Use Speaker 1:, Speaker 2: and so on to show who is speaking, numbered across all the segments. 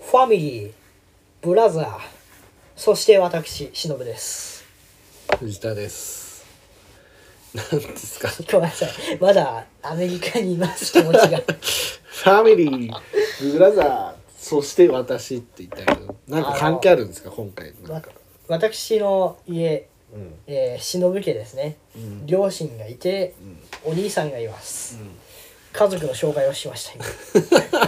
Speaker 1: ファミリー、ブラザー、そして私、しのぶです。
Speaker 2: 藤田です。なんですか。フ
Speaker 1: ごめんなさい。まだアメリカにいます、気持ち が。
Speaker 2: ァミリー、ブラザー、そして私って言ったけど、なんか関係あるんですか、今回。なん
Speaker 1: わ
Speaker 2: か。
Speaker 1: 私の家、
Speaker 2: うん。
Speaker 1: えー、しのぶ家ですね。
Speaker 2: うん。
Speaker 1: 両親がいて、お兄さんがいます。家族の紹介をしました、 今。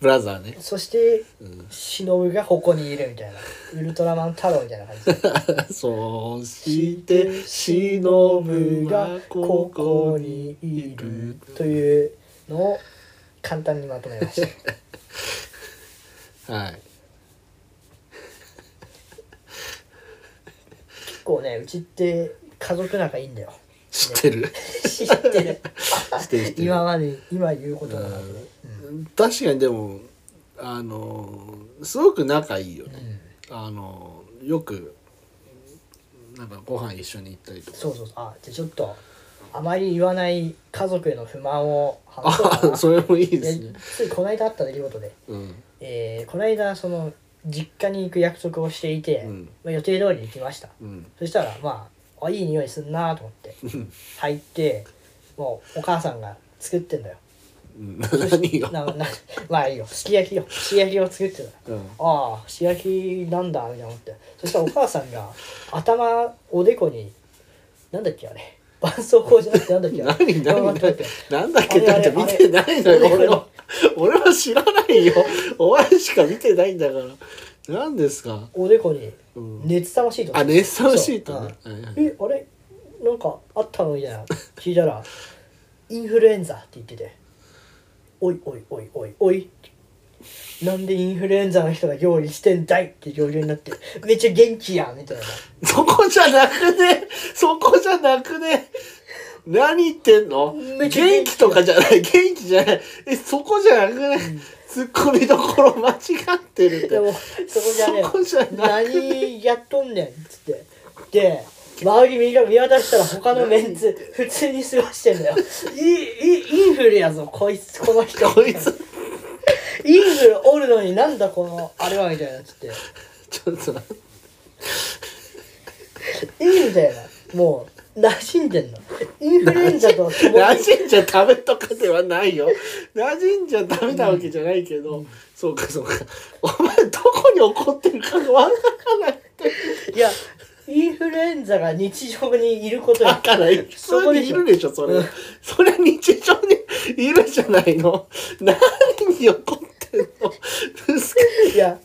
Speaker 2: ブラザーね。
Speaker 1: そして、しのぶがここにいるみたいな。ウルトラマン太郎みたいな感じ で。
Speaker 2: そして、しのぶがここにいる。
Speaker 1: というのを簡単にまとめました。
Speaker 2: はい。
Speaker 1: 結構ね、うちって家族仲いいんだよ。
Speaker 2: 知ってる。
Speaker 1: 知ってる。
Speaker 2: 知ってる知ってる
Speaker 1: 今まで今言うことなかったね
Speaker 2: 確かにでもあのすごく仲いいよね、あのよくなんかご飯一緒に行ったりとか
Speaker 1: そうそうそうあじゃあちょっとあまり言わない家族への不満を話そうか
Speaker 2: あ
Speaker 1: な
Speaker 2: それもいいです
Speaker 1: いや
Speaker 2: ね
Speaker 1: ついこの間あった出来事で、
Speaker 2: うん
Speaker 1: えーこの間その実家に行く約束をしていて、
Speaker 2: うん
Speaker 1: まあ、予定通りに行きました
Speaker 2: うん
Speaker 1: そしたらまああいい匂いすんなと思って入ってもうお母さんが作って んだよ
Speaker 2: うん何よ
Speaker 1: ななまあいいよすき焼きよすき焼きを作ってたの
Speaker 2: うん
Speaker 1: ああ素焼きなんだみたいな思ってそしたらお母さんが頭おでこになんだっけあれ絆創膏じゃなくてなんだっけあれ
Speaker 2: 何何
Speaker 1: 待って待って
Speaker 2: なんだっけ
Speaker 1: あれあ
Speaker 2: だ
Speaker 1: れ
Speaker 2: って見てないの
Speaker 1: あれ
Speaker 2: よ俺は俺は知らないよお前しか見てないんだから何ですか
Speaker 1: おでこに
Speaker 2: うん
Speaker 1: 熱さまシート
Speaker 2: あ熱さまシートね
Speaker 1: そう
Speaker 2: はいはい
Speaker 1: えあれなんかあったのみたいな聞いたらインフルエンザって言ってておいおいおいおいおいなんでインフルエンザの人が料理してんだいって料理になってめっちゃ元気やんみたいな
Speaker 2: そこじゃなくねそこじゃなくね何言ってんの
Speaker 1: めっちゃ元気
Speaker 2: 元気とかじゃない元気じゃないえそこじゃなくね、ツッコミどころ間違ってるって
Speaker 1: でもそこじゃねえ
Speaker 2: そこじゃなくね
Speaker 1: 何やっとんねんっつってで周り見見渡したら他のメンツ普通に過ごしてんだよいいいインフルやぞこいつこの人
Speaker 2: こいつ
Speaker 1: インフルおるのになんだこのあれはみたいなっつって
Speaker 2: ちょっと
Speaker 1: いいみたいなもう馴染んでんのインフルエンザと共に
Speaker 2: 馴染んじゃダメとかではないよ馴染んじゃダメなわけじゃないけど、そうかそうかお前どこに怒ってるかがわからない
Speaker 1: いやインフルエンザが日常にいること
Speaker 2: だ
Speaker 1: に
Speaker 2: から普
Speaker 1: そこ
Speaker 2: 通
Speaker 1: で
Speaker 2: に
Speaker 1: し
Speaker 2: い
Speaker 1: ょ
Speaker 2: るでしょそれ、
Speaker 1: うん
Speaker 2: それ日常にいるじゃないの何に怒ってんのですか
Speaker 1: いや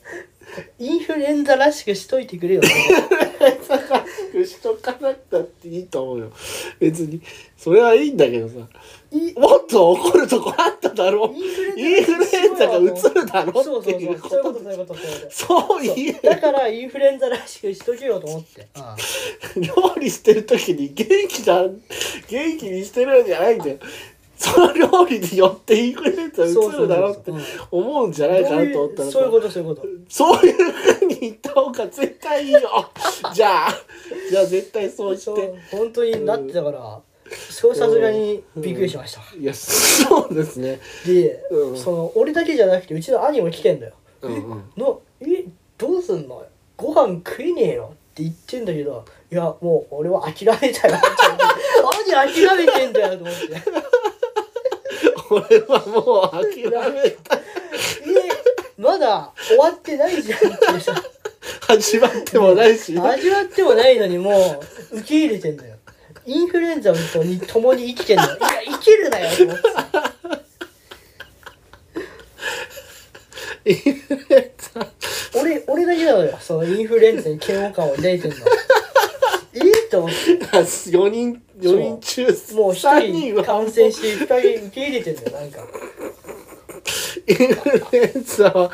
Speaker 1: インフルエンザらしくしといてくれよ
Speaker 2: しとかなくたっていいと思うよ別にそれはいいんだけどさ
Speaker 1: い
Speaker 2: もっと怒るとこあっただろう
Speaker 1: イ
Speaker 2: イ
Speaker 1: ン
Speaker 2: ン
Speaker 1: フ
Speaker 2: フ
Speaker 1: ル
Speaker 2: ル
Speaker 1: エ
Speaker 2: エ
Speaker 1: ン
Speaker 2: ン
Speaker 1: ザ
Speaker 2: ザ
Speaker 1: が
Speaker 2: が
Speaker 1: う
Speaker 2: う
Speaker 1: つ
Speaker 2: つるだろ
Speaker 1: そう
Speaker 2: っ
Speaker 1: そ
Speaker 2: て
Speaker 1: う
Speaker 2: い
Speaker 1: そううそういうこ
Speaker 2: こと
Speaker 1: そういうことそういうこと
Speaker 2: そう
Speaker 1: そう
Speaker 2: 言え
Speaker 1: だからインフルエンザらしくしとけよと思って
Speaker 2: 料理してる時に元気だ元気にしてるんじゃないんだよその料理によってインフルエンザうつるだろうって
Speaker 1: そうそう
Speaker 2: 思うんじゃ
Speaker 1: ど
Speaker 2: な
Speaker 1: う
Speaker 2: いかなと思
Speaker 1: い
Speaker 2: ったら
Speaker 1: う
Speaker 2: さ
Speaker 1: そういうことそういうこと
Speaker 2: そういうふうに言った方が絶対い いよ。じゃあ、じゃあ絶対そう言
Speaker 1: そ
Speaker 2: って
Speaker 1: う。本当になってたからそうさすがにびっくりしました
Speaker 2: いや、そうですね。
Speaker 1: で
Speaker 2: うん
Speaker 1: その俺だけじゃなくてうちの兄も来てんだよ
Speaker 2: うんうん。
Speaker 1: のえどうすんのご飯食えねえよって言ってんだけどいやもう俺は諦めたよ兄諦めてんだよと思 って
Speaker 2: 俺はもう諦めた。
Speaker 1: えまだ終わってないじゃんってさ
Speaker 2: 始まってもないし。
Speaker 1: 味わってもないのにもう受け入れてんだよインフルエンザとに共に生きてんだよいや生きるなよと思ってさ
Speaker 2: インフルエンザ
Speaker 1: 俺俺だけなのよそのインフルエンザに嫌悪感を抱いてんのええと思って
Speaker 2: 4人、四人中
Speaker 1: もう
Speaker 2: 3
Speaker 1: 一
Speaker 2: 人
Speaker 1: 人
Speaker 2: は
Speaker 1: 感染して二人受け入れてんだよなんか
Speaker 2: インフルエンザは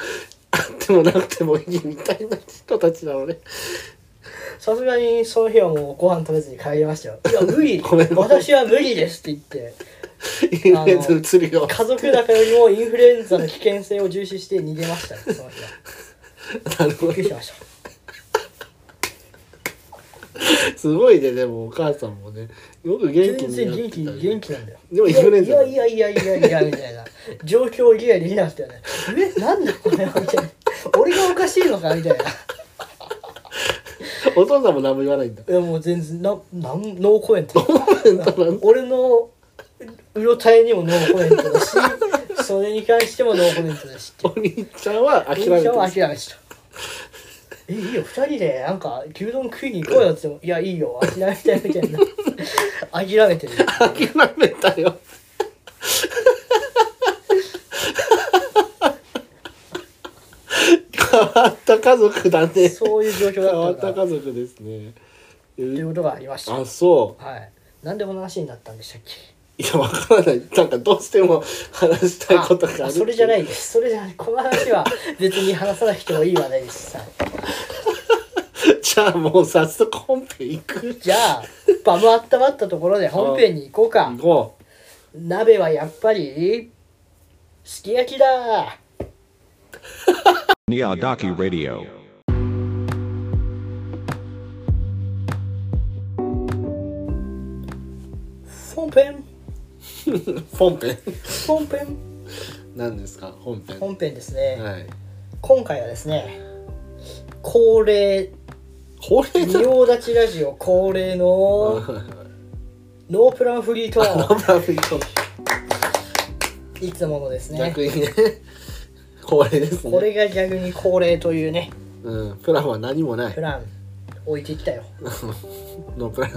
Speaker 2: あってもなくてもいいみたいな人たちなのね。
Speaker 1: さすがにその日はもうご飯食べずに帰りましたよいや無理
Speaker 2: ごめんごめん
Speaker 1: 私は無理ですって言って
Speaker 2: インフルエンザうつるよ。
Speaker 1: 家族仲よりもインフルエンザの危険性を重視して逃げましたねその日は
Speaker 2: なる
Speaker 1: び
Speaker 2: ほど
Speaker 1: っくりしました
Speaker 2: すごいね、でもお母さんもね。よく元気
Speaker 1: 全
Speaker 2: に
Speaker 1: 然
Speaker 2: なっ
Speaker 1: 元
Speaker 2: てた
Speaker 1: 気
Speaker 2: よね
Speaker 1: 元気なんだよ
Speaker 2: でもインフルエンザだ
Speaker 1: いやいやいやいやいやみたいな状況を理解できなくてねえなんだこれはみたいな俺がおかしいのかみたいな
Speaker 2: お父さんも何も言わないんだ
Speaker 1: いやもう全然ななんノーコメント
Speaker 2: コメントなんだ
Speaker 1: 俺のうろたえにもノーコメントだしそれに関してもノーコメントだしって
Speaker 2: お兄ちゃんは諦め
Speaker 1: 電
Speaker 2: て
Speaker 1: 車
Speaker 2: る
Speaker 1: は諦めしたえいいよ二人でなんか牛丼食いに行こうよって言ってもいやいいよ諦めたいみたいな諦めて る
Speaker 2: 諦めたよ変わった家族だね
Speaker 1: そういう状況
Speaker 2: 変
Speaker 1: だ
Speaker 2: わ
Speaker 1: っ
Speaker 2: ったた
Speaker 1: から
Speaker 2: 家族ですね
Speaker 1: ということがありました
Speaker 2: あそ
Speaker 1: はいなんでこの話になったんでしたっけ
Speaker 2: ういやわからないなんかどうしても話したいことがある
Speaker 1: あそれじゃないいですそれじゃないこの話は別に話さなくてもいい話題ですはい
Speaker 2: じゃあもう早速本編行く
Speaker 1: じゃあバム温まったところで本編に行こうか
Speaker 2: 行こう
Speaker 1: 鍋はやっぱりすき焼きだ
Speaker 3: Niyadaki Radio.
Speaker 1: 本編
Speaker 2: 本編
Speaker 1: 本編
Speaker 2: 何ですか本編
Speaker 1: 本編ですね、
Speaker 2: はい
Speaker 1: 今回はですね恒例
Speaker 2: これだ
Speaker 1: 仁王立ちラジオ 恒例のノープランフリートー
Speaker 2: 生ビート
Speaker 1: ンいつものですね
Speaker 2: 逆にねこれですね
Speaker 1: これが逆に恒例というね
Speaker 2: うん、プランは何もない
Speaker 1: プラン置いてきたよ
Speaker 2: ノープラン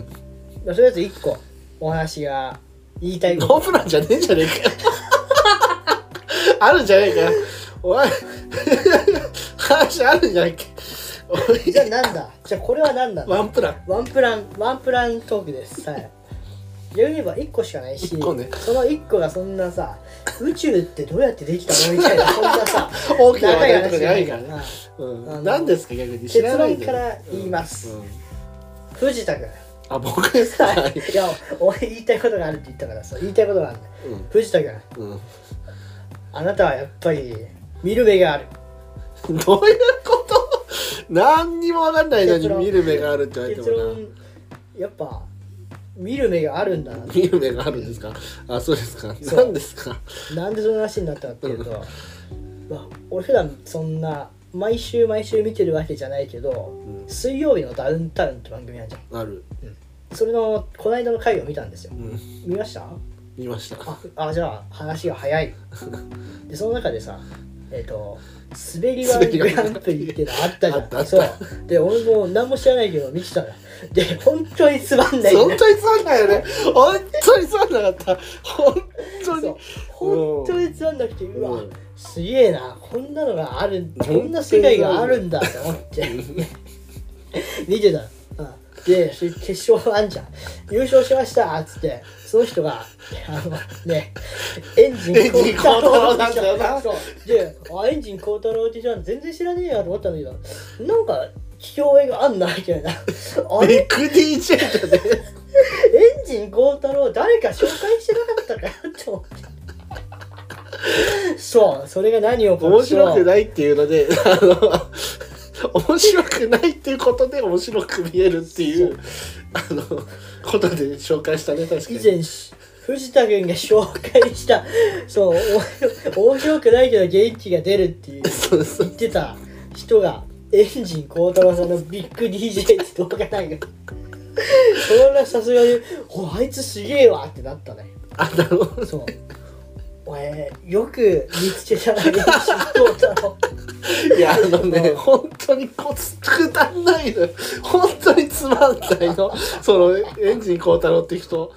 Speaker 1: まあとりあえず1個お話が言いたい
Speaker 2: ノ
Speaker 1: こ
Speaker 2: ープランじゃねえじゃねえかよあるんじゃねえかよ おい話あるんじゃねえかお
Speaker 1: と
Speaker 2: い
Speaker 1: じゃあなんだじゃあこれは何なんだ
Speaker 2: ワンプラン
Speaker 1: ワンプランワンプラントークですはい逆に言えば1個しかないし、
Speaker 2: 一個ね
Speaker 1: その1個がそんなさ宇宙ってどうやってできたのみたいなそんなさ
Speaker 2: 大きな話題とかじゃ
Speaker 1: 長
Speaker 2: ない
Speaker 1: い
Speaker 2: から
Speaker 1: 話じゃ
Speaker 2: ね
Speaker 1: ないから
Speaker 2: うん
Speaker 1: あの
Speaker 2: 何ですか逆に知らないんだ
Speaker 1: 結
Speaker 2: よ
Speaker 1: 論から言います
Speaker 2: うんうん
Speaker 1: 藤田君
Speaker 2: あ僕ですかはい
Speaker 1: いや俺言いたいことがあるって言ったからさ言いたいことがあるんだよ藤田君
Speaker 2: うん、うん
Speaker 1: あなたはやっぱり見る目がある
Speaker 2: どういうこと何にも分かんないのに
Speaker 1: 結論
Speaker 2: 見る目があるって言われて
Speaker 1: 結
Speaker 2: もな
Speaker 1: 論やっぱ見る目があるんだな
Speaker 2: 見る目があるんですかあそうですか
Speaker 1: そう
Speaker 2: 何ですか
Speaker 1: なんでその話になったかっていうと、まあ、俺普段そんな毎週毎週見てるわけじゃないけど「水曜日のダウンタウン」って番組なんじゃん
Speaker 2: ある、
Speaker 1: それのこの間の回を見たんですよ
Speaker 2: うん、
Speaker 1: 見ました
Speaker 2: 見ました
Speaker 1: ああじゃあ話が早いでその中でさえっ、と滑り
Speaker 2: 滑
Speaker 1: 1
Speaker 2: りワン
Speaker 1: グランプリっていうのあったじゃん
Speaker 2: あったあった
Speaker 1: そうで俺も何も知らないけど見てたらで本当につまんないんだ
Speaker 2: 本当につまんないよね本当につまんなかった本当
Speaker 1: そ
Speaker 2: に
Speaker 1: う本当につまんなくてうわ
Speaker 2: うん
Speaker 1: すげえなこんなのがあるこんな世界があるんだと思 って見てたのうんでそれ決勝あんじゃん優勝しましたっつってその人があのねエンジン
Speaker 2: エンジン光太郎なんだよな
Speaker 1: そうであエンジン光太郎ってじゃん全然知らねえやと思ったんだけどなんか聞き覚えがあんなみたいなあれ
Speaker 2: ビッグ DJ だね
Speaker 1: エンジン光太郎誰か紹介してなかったかなと思ってそうそれが何を
Speaker 2: 面白く
Speaker 1: い
Speaker 2: ないっていうのであの面白くないっていうことで面白く見えるっていうあのことで紹介したね確か
Speaker 1: 以
Speaker 2: に
Speaker 1: 前藤田君が紹介したそうお面白くないけど元気が出るっていう
Speaker 2: そうそ
Speaker 1: 言
Speaker 2: う
Speaker 1: ってた人がエンジン光太郎さんのビッグ DJ って動画なんかそんなさすがに「おあいつすげえわ」ってなったね
Speaker 2: あなるほど
Speaker 1: そう俺よく見つけたなエンジン光太郎
Speaker 2: いやあのね
Speaker 1: うん
Speaker 2: 本当にこつくだんないのよ本当につまんないのそのエンジン光太郎って人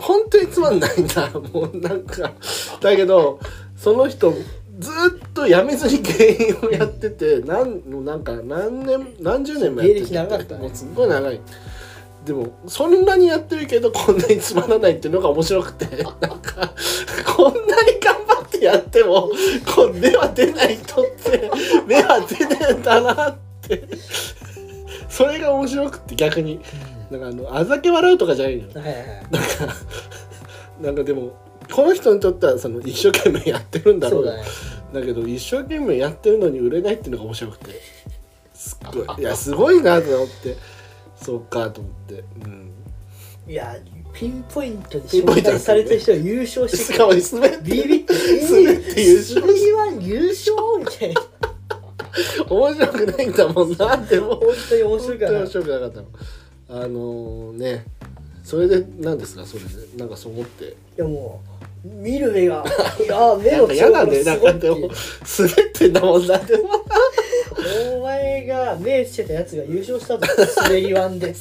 Speaker 2: 本当につまんないんだもうなんかだけどその人ずっとやめずに芸人をやっててなんなんか何年何十年もやって
Speaker 1: 芸歴長かったね
Speaker 2: もうすっごい長いでもそんなにやってるけどこんなにつまらないっていうのが面白くてなんかこんなに頑張ってやってもこう目は出ない人って目は出ねえんだなってそれが面白くて逆になんかあのあざけ笑うとかじゃないのよ
Speaker 1: はいはいはい
Speaker 2: なんかなんかでもこの人にとってはその一生懸命やってるんだろ
Speaker 1: そうう
Speaker 2: が
Speaker 1: だね
Speaker 2: だけど一生懸命やってるのに売れないっていうのが面白くてすっ ごいいやすごいなと思ってそうかと思って、うん、
Speaker 1: いやピンポイントで
Speaker 2: ピンポイ
Speaker 1: 紹
Speaker 2: ント
Speaker 1: 介された人が優勝して
Speaker 2: しかも滑って
Speaker 1: ビビって
Speaker 2: 滑って優勝
Speaker 1: えー C1 優勝みたいな
Speaker 2: 面白くないんだもんなでも
Speaker 1: 本当に面白
Speaker 2: 本
Speaker 1: くない
Speaker 2: 当に面白くなかったのあのねそれで何ですかそれでなんかそう思って
Speaker 1: いやもう見る 目がいや目
Speaker 2: なん
Speaker 1: の
Speaker 2: か嫌なんだ
Speaker 1: 強
Speaker 2: よなん
Speaker 1: さ
Speaker 2: か
Speaker 1: が
Speaker 2: です
Speaker 1: ごい
Speaker 2: も滑ってんだもんなでも
Speaker 1: っていうお前が目してたやつが優勝したと滑りワンで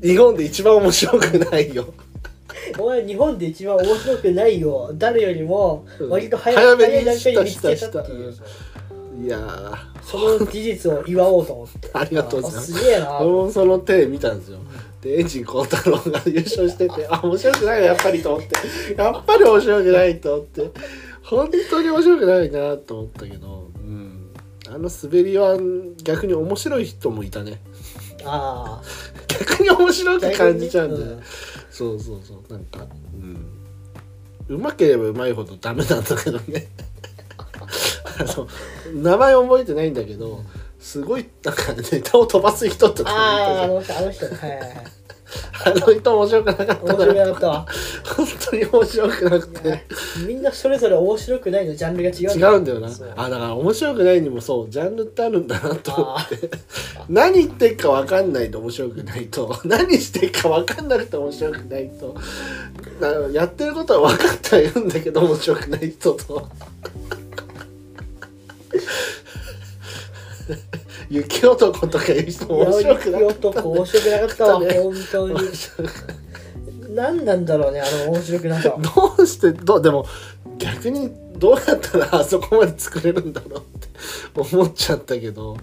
Speaker 2: 日本で一番面白くないよ
Speaker 1: お前日本で一番面白くないよ誰よりも割と早,、
Speaker 2: うん
Speaker 1: 早
Speaker 2: 早め
Speaker 1: い
Speaker 2: に
Speaker 1: 段階で見つけたっていう
Speaker 2: したいやー
Speaker 1: その事実を祝おうと思って
Speaker 2: ありがとうございます
Speaker 1: あすげえな
Speaker 2: 俺もその手見たんですよでエンジン幸太郎が優勝しててあ面白くないなやっぱりと思ってやっぱり面白くないと思って本当に面白くないなと思ったけど、うん、あの滑りは逆に面白い人もいたね
Speaker 1: あ
Speaker 2: 逆に面白く感じちゃうんだよね、
Speaker 1: うん
Speaker 2: そうそうそうなんかうんうまければうまいほどダメなんだけどねあの名前覚えてないんだけどすごいなんかネタを飛ばす人
Speaker 1: あ
Speaker 2: とかい
Speaker 1: ああ
Speaker 2: た
Speaker 1: あ
Speaker 2: じ
Speaker 1: の人あの人はいはいはい
Speaker 2: ゃんあの人面白くなかった
Speaker 1: 面
Speaker 2: な
Speaker 1: 白くなかったわ
Speaker 2: 本当に面白くなくて
Speaker 1: みんなそれぞれ面白くないのジャンルが違
Speaker 2: 違
Speaker 1: うんだ
Speaker 2: うんだよな
Speaker 1: そう
Speaker 2: あだから面白くないにもそうジャンルってあるんだなと思
Speaker 1: あ
Speaker 2: って何言ってっか分かんないと面白くないと 何してっか分かんなくて面白くないとなやってることは分かってはいるんだけど面白くない 人と。雪男とかいう人も面白くなかった
Speaker 1: 男面白くなかったわ
Speaker 2: ね
Speaker 1: 本当に
Speaker 2: 面白く
Speaker 1: 何なんだろうねあの面白くなさ
Speaker 2: どうしてどうでも逆にどうやったらあそこまで作れるんだろうって思っちゃったけど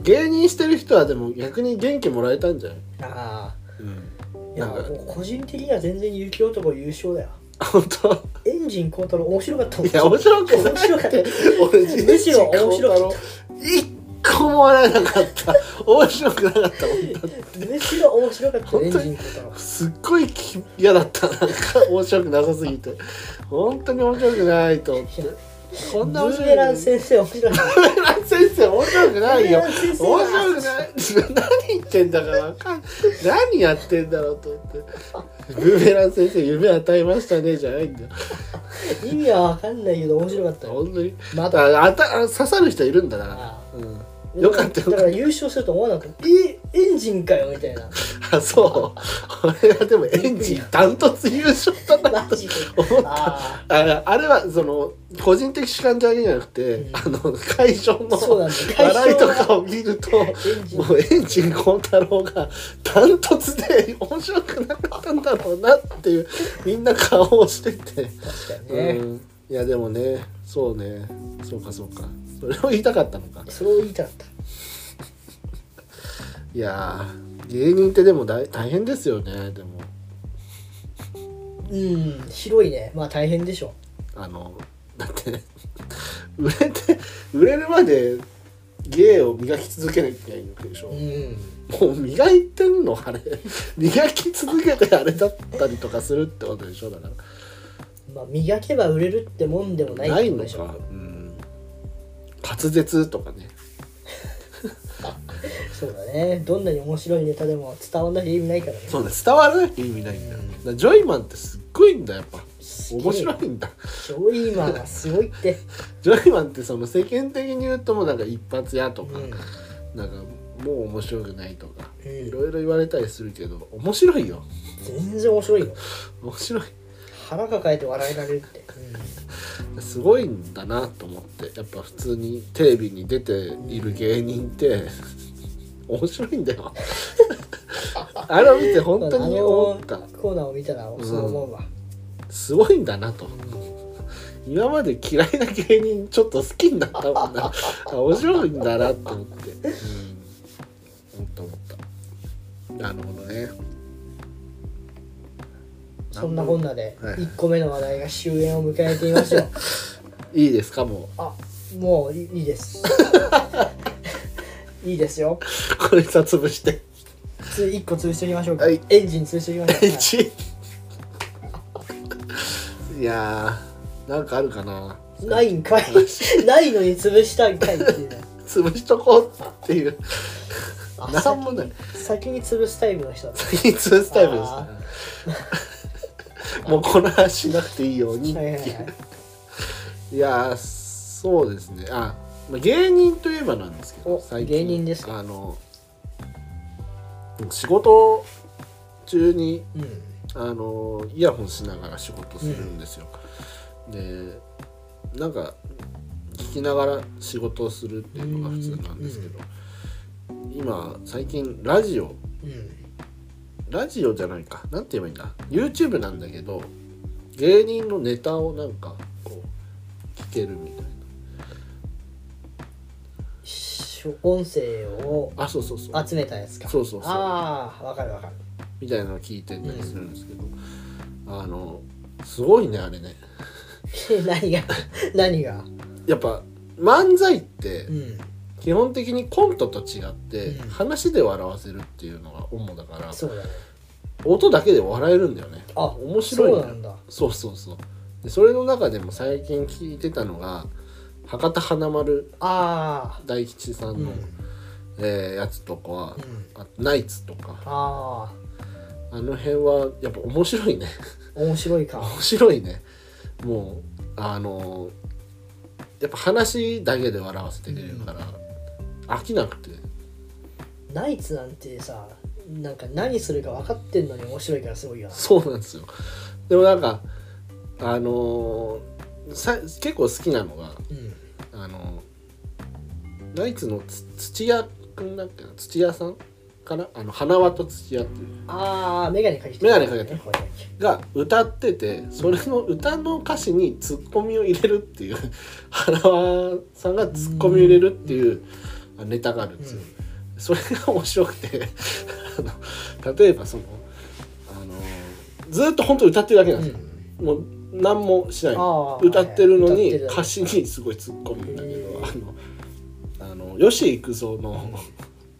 Speaker 2: 芸人してる人はでも逆に元気もらえたんじゃない、
Speaker 1: あ
Speaker 2: うん、
Speaker 1: ーいや
Speaker 2: なんか
Speaker 1: もう個人的には全然雪男優勝だよ
Speaker 2: 本当
Speaker 1: エンジンコータロ面白かったもん
Speaker 2: いや面白くな
Speaker 1: 面白か
Speaker 2: く
Speaker 1: った
Speaker 2: て俺
Speaker 1: むしろ面白かっ
Speaker 2: 一個も笑えなかった面白くなかったもんだって
Speaker 1: むしろ面白かったエン
Speaker 2: 本
Speaker 1: ジ
Speaker 2: 当
Speaker 1: ン
Speaker 2: に
Speaker 1: コータロ
Speaker 2: すっごいき嫌だったなんか面白くなさすぎて本当に面白くないと思ってこんな面
Speaker 1: ブー
Speaker 2: 白
Speaker 1: メ
Speaker 2: い
Speaker 1: ラン先生面白かった
Speaker 2: ブーメラン先生面白くないよ
Speaker 1: ブーメラン先
Speaker 2: 面
Speaker 1: 生は
Speaker 2: 白くない何言ってんだかわかん何やってんだろうと思ってブーメラン先生夢与えましたねじゃないんだよ
Speaker 1: 意味は分かんないけど面白かったよ
Speaker 2: 本当に
Speaker 1: ま
Speaker 2: あ
Speaker 1: だ
Speaker 2: とあた刺さる人いるんだな
Speaker 1: あ
Speaker 2: うんよかったよ
Speaker 1: だ
Speaker 2: か
Speaker 1: から
Speaker 2: っ
Speaker 1: 優勝すると思わなかったえエンジンかよみたい な
Speaker 2: たあそう俺はでもエンジンダントツ優勝だな
Speaker 1: マジで
Speaker 2: 思った
Speaker 1: あ
Speaker 2: ああれはその個人的主観だけじゃなくて、
Speaker 1: うん
Speaker 2: あの会場の
Speaker 1: そうなんだよ
Speaker 2: 笑いとかを見ると
Speaker 1: エンジン
Speaker 2: もうエンジン幸太郎がダントツで面白くなかったんだろうなっていうみんな顔をして て、
Speaker 1: あ確かにね、
Speaker 2: うん、いやでもねそうねそうかそうかそれを言いたかったのか
Speaker 1: それを言いたかった
Speaker 2: いやー芸人ってでも大大変ですよねでも
Speaker 1: うん広いねまあ大変でしょ
Speaker 2: あのだって 売れて売れるまで芸を磨き続けなきゃいけないわけでしょ、
Speaker 1: うん
Speaker 2: もう磨いてんのあれ 磨き続けてあれだったりとかするってことでしょだから
Speaker 1: まあ磨けば売れるってもんでもないっ
Speaker 2: な
Speaker 1: て
Speaker 2: い
Speaker 1: こ
Speaker 2: の
Speaker 1: とでしょ
Speaker 2: か、うん、滑舌とかね
Speaker 1: そうだねどんなに面白いネタでも伝わんなきゃ意味ないからね
Speaker 2: そうね伝わらなきゃ意味ないんだよ、だからジョイマンってすっごいんだやっぱ
Speaker 1: すげえ
Speaker 2: 面白いんだ
Speaker 1: ジョイマンはすごいって、
Speaker 2: ジョイマンってその世間的に言うともうなんか一発屋と
Speaker 1: う
Speaker 2: か、
Speaker 1: ん、
Speaker 2: なんかもう面白くないとか
Speaker 1: うん
Speaker 2: いろいろ言われたりするけど面白いよ
Speaker 1: 全然面白いよ
Speaker 2: 面白い
Speaker 1: 腹抱えて笑えられるって、
Speaker 2: すごいんだなと思ってやっぱ普通にテレビに出ている芸人って 面白いんだよ あれを見て
Speaker 1: う
Speaker 2: 本
Speaker 1: ん、
Speaker 2: 当に思った
Speaker 1: あのコーナーを見たらそう思うわ、
Speaker 2: すごいんだなと今まで嫌いな芸人ちょっと好きになったもんなあ面白いんだなと思ってうん思った思ったなるほどね
Speaker 1: そんなこんなで
Speaker 2: はい
Speaker 1: 1個目の話題が終焉を迎えていますよ
Speaker 2: いいですかも
Speaker 1: あもういいいです いいですよ
Speaker 2: うこれさ潰して
Speaker 1: つ一個潰しておきましょうか、
Speaker 2: はい
Speaker 1: エンジン潰しておきましょうか、はい
Speaker 2: 一 いやーなんかあるかな
Speaker 1: ないんかいないのに潰したんかいっていうね
Speaker 2: 潰しとこうっていう
Speaker 1: あ
Speaker 2: なんもない
Speaker 1: 先に潰すタイプの人だっ
Speaker 2: 先に潰すタイプですねもうこの話しなくていいように
Speaker 1: た
Speaker 2: っ
Speaker 1: はいはい
Speaker 2: て
Speaker 1: はい
Speaker 2: いういやーそうですねあまあ、芸人といえばなんですけど
Speaker 1: お芸人ですか
Speaker 2: あの仕事中に
Speaker 1: うん
Speaker 2: あのイヤホンしながら仕事するんですよ、でなんか聞きながら仕事をするっていうのが普通なんですけど、今最近ラジオ
Speaker 1: うん
Speaker 2: ラジオじゃないかなんて言えばいいんだ YouTube なんだけど芸人のネタをなんかこう聞けるみたい
Speaker 1: し音声を
Speaker 2: なあそうそうそう
Speaker 1: 集めたやつか
Speaker 2: そうそうそう
Speaker 1: ああわかるわかる
Speaker 2: みたいなのを聞いてたりするんですけど、あのすごいねあれね
Speaker 1: 何が何が
Speaker 2: やっぱ漫才って
Speaker 1: うん
Speaker 2: 基本的にコントと違って、
Speaker 1: うん
Speaker 2: 話で笑わせるっていうのが主だから
Speaker 1: そうだね
Speaker 2: 音だけで笑えるんだよね
Speaker 1: あ
Speaker 2: 面白い
Speaker 1: そう
Speaker 2: ね
Speaker 1: なんだ
Speaker 2: そうそうそうでそれの中でも最近聞いてたのが博多華丸
Speaker 1: ああ
Speaker 2: 大吉さ
Speaker 1: うんんう
Speaker 2: の、えーやつとか、
Speaker 1: ん
Speaker 2: あとナイツとか
Speaker 1: ああ
Speaker 2: あの辺はやっぱ面白いね
Speaker 1: 面白いか
Speaker 2: 面白いねもうあのやっぱ話だけで笑わせてくれるから、飽きなくて
Speaker 1: ナイツなんてさなんか何するか分かってんのに面白いからすごいよな
Speaker 2: そうなんですよでもなんかあのーさ結構好きなのが
Speaker 1: うん
Speaker 2: あのーナイツのつ土屋くんだっけな土屋さんかなあの花輪と土屋っていう
Speaker 1: ああ眼鏡かけて
Speaker 2: 眼鏡かけてる
Speaker 1: これだけ
Speaker 2: が歌っててそれの歌の歌詞にツッコミを入れるっていう 花輪さんがツッコミを入れるっていうネタがあるんですよ、それが面白くて あの例えばそのあのーずーっと本当歌ってるだけなんですよ、もう何もしない
Speaker 1: あー
Speaker 2: 歌ってるの
Speaker 1: はい
Speaker 2: に
Speaker 1: 歌ってる
Speaker 2: 歌詞にすごい突っ込むんだけ
Speaker 1: へ
Speaker 2: どあのあの吉幾三の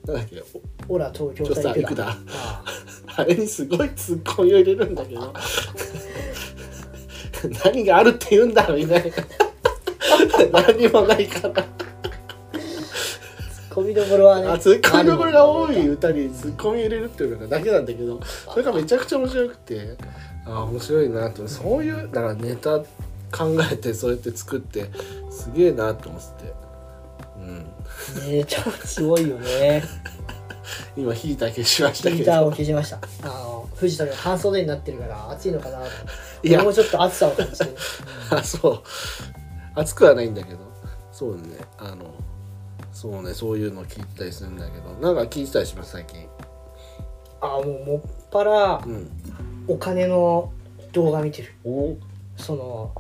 Speaker 2: なんだっけ
Speaker 1: ほら東京
Speaker 2: おさ
Speaker 1: さ
Speaker 2: ん
Speaker 1: 行
Speaker 2: 行
Speaker 1: く
Speaker 2: く
Speaker 1: だ
Speaker 2: だ
Speaker 1: ああ
Speaker 2: あれにすごい突っ込みを入れるんだけど何があるって言うんだみたいな何もないから
Speaker 1: 突っ込みどころはね
Speaker 2: あ突っ込みどころが多い歌に突っ込み入れるっていうのがだけなんだけどそれがめちゃくちゃ面白くてあ面白いなとそういうだからネタ考えてそうやって作ってすげえなと思って、うん、
Speaker 1: ねちょっとすごいよ ね
Speaker 2: 今火だけしました
Speaker 1: ギ
Speaker 2: け
Speaker 1: ター
Speaker 2: ど
Speaker 1: を消しましたあの藤田が半袖になってるから暑いのかなと
Speaker 2: いや
Speaker 1: 俺もちょっと暑さを感じてる
Speaker 2: あそう熱くはないんだけどそうねあのそうねそういうの聞いてたりするんだけどなんか聞いてたりします最近
Speaker 1: ああもうもっぱら
Speaker 2: うん
Speaker 1: お金の動画見てる
Speaker 2: お
Speaker 1: その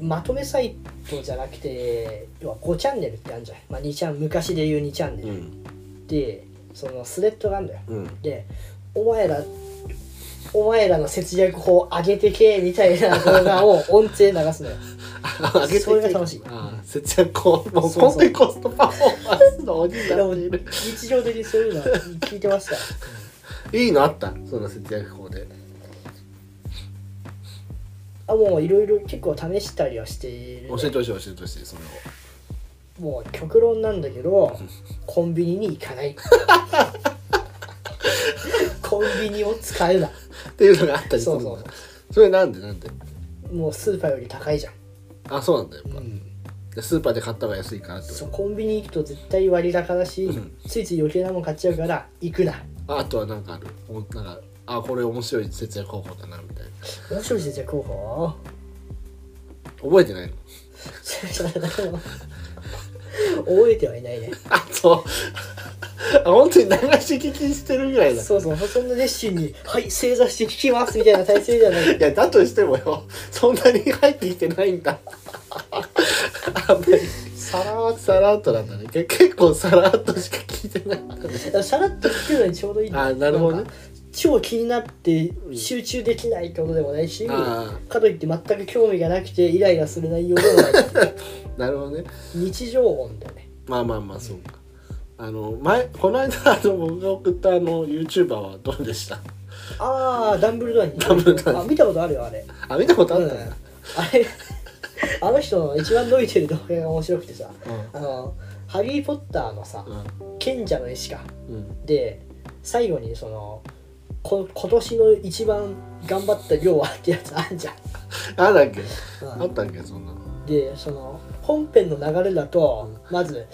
Speaker 1: まとめサイトじゃなくて要は5チャンネルってあるじゃん、まあ、2チャン昔で言う2チャンネ
Speaker 2: う
Speaker 1: ル、
Speaker 2: ん
Speaker 1: でそのスレッドがあるんだよ
Speaker 2: うん
Speaker 1: でお前らお前らの節約法上げてけみたいな動画を音声流 すのよ
Speaker 2: あ上げてい く
Speaker 1: それが楽しい
Speaker 2: あ節約法も
Speaker 1: そうそう
Speaker 2: う本当にコストパフォーマンスの鬼に
Speaker 1: で
Speaker 2: なっ
Speaker 1: も
Speaker 2: ている
Speaker 1: 日常的にそういうの聞いてました
Speaker 2: いいのあったその節約法で
Speaker 1: あもういろいろ結構試したりはしている
Speaker 2: 教えてほしい教えてほしいそれを
Speaker 1: もう極論なんだけどコンビニに行かない コンビニを使うな
Speaker 2: っていうのがあったりす
Speaker 1: そ
Speaker 2: る
Speaker 1: うん
Speaker 2: だ
Speaker 1: そ
Speaker 2: それなんでなんで
Speaker 1: うもうスーパーより高いじゃん、
Speaker 2: あそうなんだやっぱ
Speaker 1: う、ん
Speaker 2: でスーパーで買った方が安いからってこ
Speaker 1: そうコンビニ行くと絶対割高だし、
Speaker 2: うん
Speaker 1: ついつい余計なもん買っちゃうから行くな
Speaker 2: とああとはなんかあるおなんかあこれ面白い節約方法だなみたいな
Speaker 1: 面白い節約方法
Speaker 2: 覚えてないの
Speaker 1: 覚えてはいないね
Speaker 2: あそう あ本当に流し聞きしてるぐらいだ
Speaker 1: そうそうそんな熱心に「はい正座して聞きます」みたいな体勢じゃない
Speaker 2: いやだとしてもよそんなに入ってきてないんだあんまり
Speaker 1: さらっ
Speaker 2: さらっとなんだねけ結構さらっとしか聞いてない
Speaker 1: とさらっと聞くのにちょうどいいんだよ
Speaker 2: あなるほどね
Speaker 1: んか超気になって集中できないってことでもないし、
Speaker 2: あ
Speaker 1: かといって全く興味がなくてイライラする内容で もないっていう
Speaker 2: あなるほどね
Speaker 1: 日常音だよね
Speaker 2: まあまあまあそうか。あの前この間あの僕が送ったあの YouTuber はどうでした
Speaker 1: ああダンブルドアに
Speaker 2: ダンブルドアに
Speaker 1: あ見たことあるよあれ
Speaker 2: あ見たことあった
Speaker 1: うんん
Speaker 2: だ、
Speaker 1: あれあの人の一番伸びてる動画が面白くてさ
Speaker 2: うん
Speaker 1: あの「ハリー・ポッター」のさ賢者の石か
Speaker 2: うん
Speaker 1: で最後にそのこ今年の一番頑張った量はってやつあんじゃん、
Speaker 2: あだっけ
Speaker 1: うん
Speaker 2: あったっけそんなの
Speaker 1: でその「本編の流れだと、まず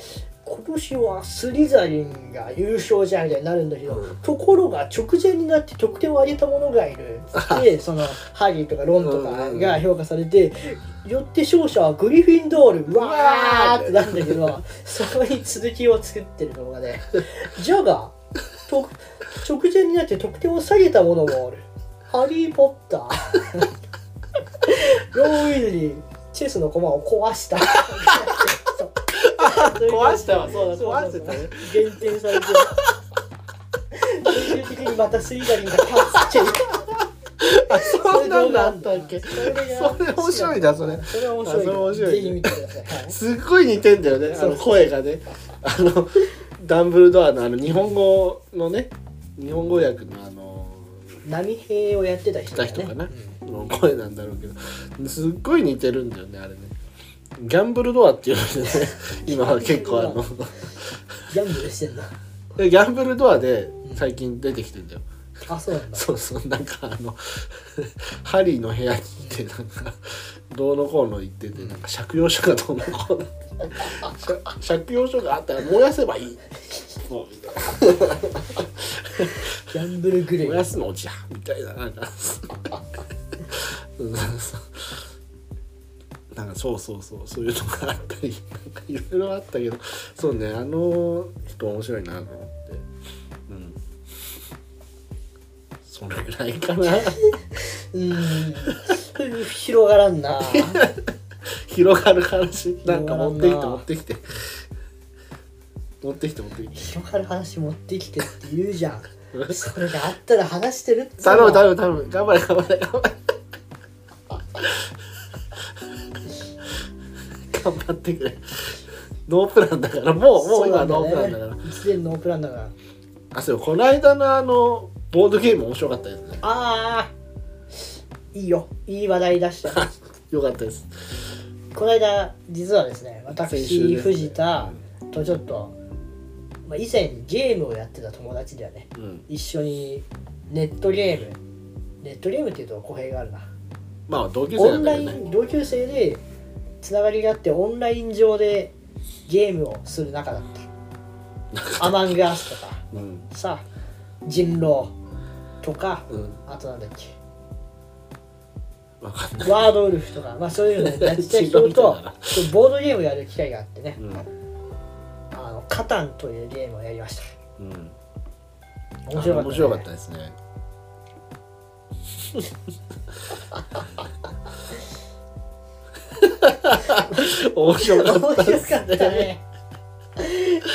Speaker 1: 今年はスリザリンが優勝じゃんみたいになるんだけど、
Speaker 2: うん
Speaker 1: ところが直前になって得点を上げた者がいる でそのハリーとかロンとかが評価されて、よって勝者はグリフィンドールわーってなんだけどそこに続きを作ってる動画でジャガーと直前になって得点を下げた者もおるハリー・ポッターロン・ウィズリーチェスの駒を壊 した
Speaker 2: 壊したわそうだ壊してたね
Speaker 1: 減点されてる最終的にまたスイダリンが勝つっていう
Speaker 2: あそんなんだあったっけ
Speaker 1: それが
Speaker 2: それ面白いなそれ
Speaker 1: それは面
Speaker 2: あそれ面
Speaker 1: 白
Speaker 2: 白
Speaker 1: い
Speaker 2: い
Speaker 1: ぜひ見てください、はい
Speaker 2: すっごい似てんだよねあ
Speaker 1: そう
Speaker 2: の声がねあのダンブルドアのあの日本語のね日本語訳のあの
Speaker 1: 波平をやってた人
Speaker 2: た
Speaker 1: だ、ね、
Speaker 2: 人か な
Speaker 1: うん
Speaker 2: の声なんだろうけどすっごい似てるんだよねあれねギャンブルドアっていうの でね今は結構あの
Speaker 1: ギャンブルしてんな
Speaker 2: でギャンブルドアで最近出てきてんだよ
Speaker 1: あそうなんだ
Speaker 2: そうそうなんかあの ハリーの部屋に行ってなんかどうのこうの言っててなんか借用書がどうのこうのしゃ 借用書があったら燃やせばいいそうみたいな
Speaker 1: ギャンブルグレ
Speaker 2: 燃や
Speaker 1: ー
Speaker 2: すのじゃみたいななんか そうそうそうなんかそうそうそうそういうのがあったりなんかいろいろあったけどそうねあの人面白いなと思ってうんそれぐらいかな
Speaker 1: う ーん広がらんな
Speaker 2: 広がる話なん
Speaker 1: 広
Speaker 2: か
Speaker 1: がらんな
Speaker 2: 持ってきて持ってきて持ってきて持ってきて
Speaker 1: 広がる話持ってきてって言うじゃん それがあったら話してるって
Speaker 2: 頼む
Speaker 1: む
Speaker 2: 頼む頼む頑張れ頑張れ頑張れ頑張ってくれノープランだからもうもう今ノープランだから
Speaker 1: 一年ノープランだから
Speaker 2: あそうこの間のあのボードゲーム面白かったですね
Speaker 1: ああいいよいい話題出した
Speaker 2: よかったです
Speaker 1: この間実はですね
Speaker 2: 先
Speaker 1: 私
Speaker 2: 週ですね
Speaker 1: 藤田とちょっと、まあ、以前ゲームをやってた友達だよね
Speaker 2: うん
Speaker 1: 一緒にネットゲームネットゲームっていうと語弊があるな
Speaker 2: まあ同級生
Speaker 1: オ
Speaker 2: な
Speaker 1: ン
Speaker 2: ん
Speaker 1: ラ
Speaker 2: だけ
Speaker 1: イ
Speaker 2: どね
Speaker 1: ン同級生でつながりがあってオンライン上でゲームをする仲だったアマンガースとか
Speaker 2: うん
Speaker 1: さ人狼とか
Speaker 2: うん
Speaker 1: あとなんだっけ
Speaker 2: わかんない
Speaker 1: ワードウルフとか、まあ、そういうのをやってた 人
Speaker 2: 人狼
Speaker 1: と
Speaker 2: みたいな
Speaker 1: ボードゲームをやる機会があってね
Speaker 2: うん
Speaker 1: 「あのカタン」というゲームをやりました
Speaker 2: うん
Speaker 1: 面白かった、ね、
Speaker 2: 面白かったですね面白か
Speaker 1: 面
Speaker 2: った
Speaker 1: 白
Speaker 2: です
Speaker 1: かっ
Speaker 2: ね
Speaker 1: た ね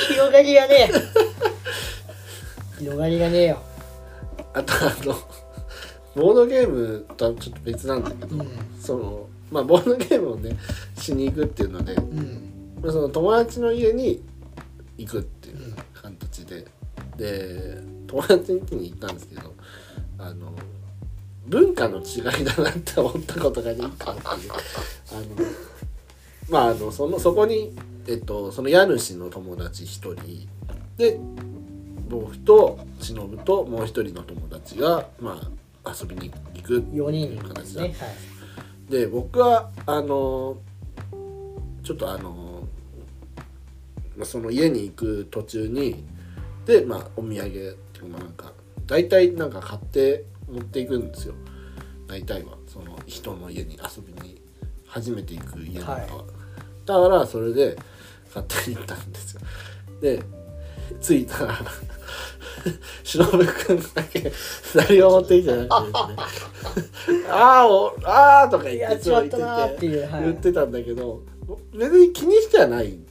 Speaker 1: 広がりがねえ広がりがねえよ、
Speaker 2: あとあのボードゲームとはちょっと別なんだけど、
Speaker 1: うん
Speaker 2: そのまあボードゲームをねしに行くっていうので、
Speaker 1: うん、
Speaker 2: まあその友達の家に行くっていう形で、で友達の家に行ったんですけどあの文化の違いだなって思ったことがね一個あってあのまああのそのそこに、えっと、その家主の友達一人で僕と忍ともう一人の友達が、まあ、遊びに行くってい
Speaker 1: 4人
Speaker 2: う
Speaker 1: です
Speaker 2: 形
Speaker 1: ね
Speaker 2: だっ
Speaker 1: は
Speaker 2: た
Speaker 1: い
Speaker 2: で僕はあのちょっとあのまあその家に行く途中にでまあお土産っていうかまあなんか大体なんか買って持っていくんですよ大体はその人の家に遊びに初めて行く家なんかは、
Speaker 1: は
Speaker 2: だからそれで買って行ったんですよで着いた ら忍君だけ何を持ってきてなくてですねあーおあーとか言
Speaker 1: や
Speaker 2: っ
Speaker 1: ってちまったなーって
Speaker 2: 言
Speaker 1: い
Speaker 2: っ
Speaker 1: うはい
Speaker 2: 言ってたんだけど、別に気にしてはないん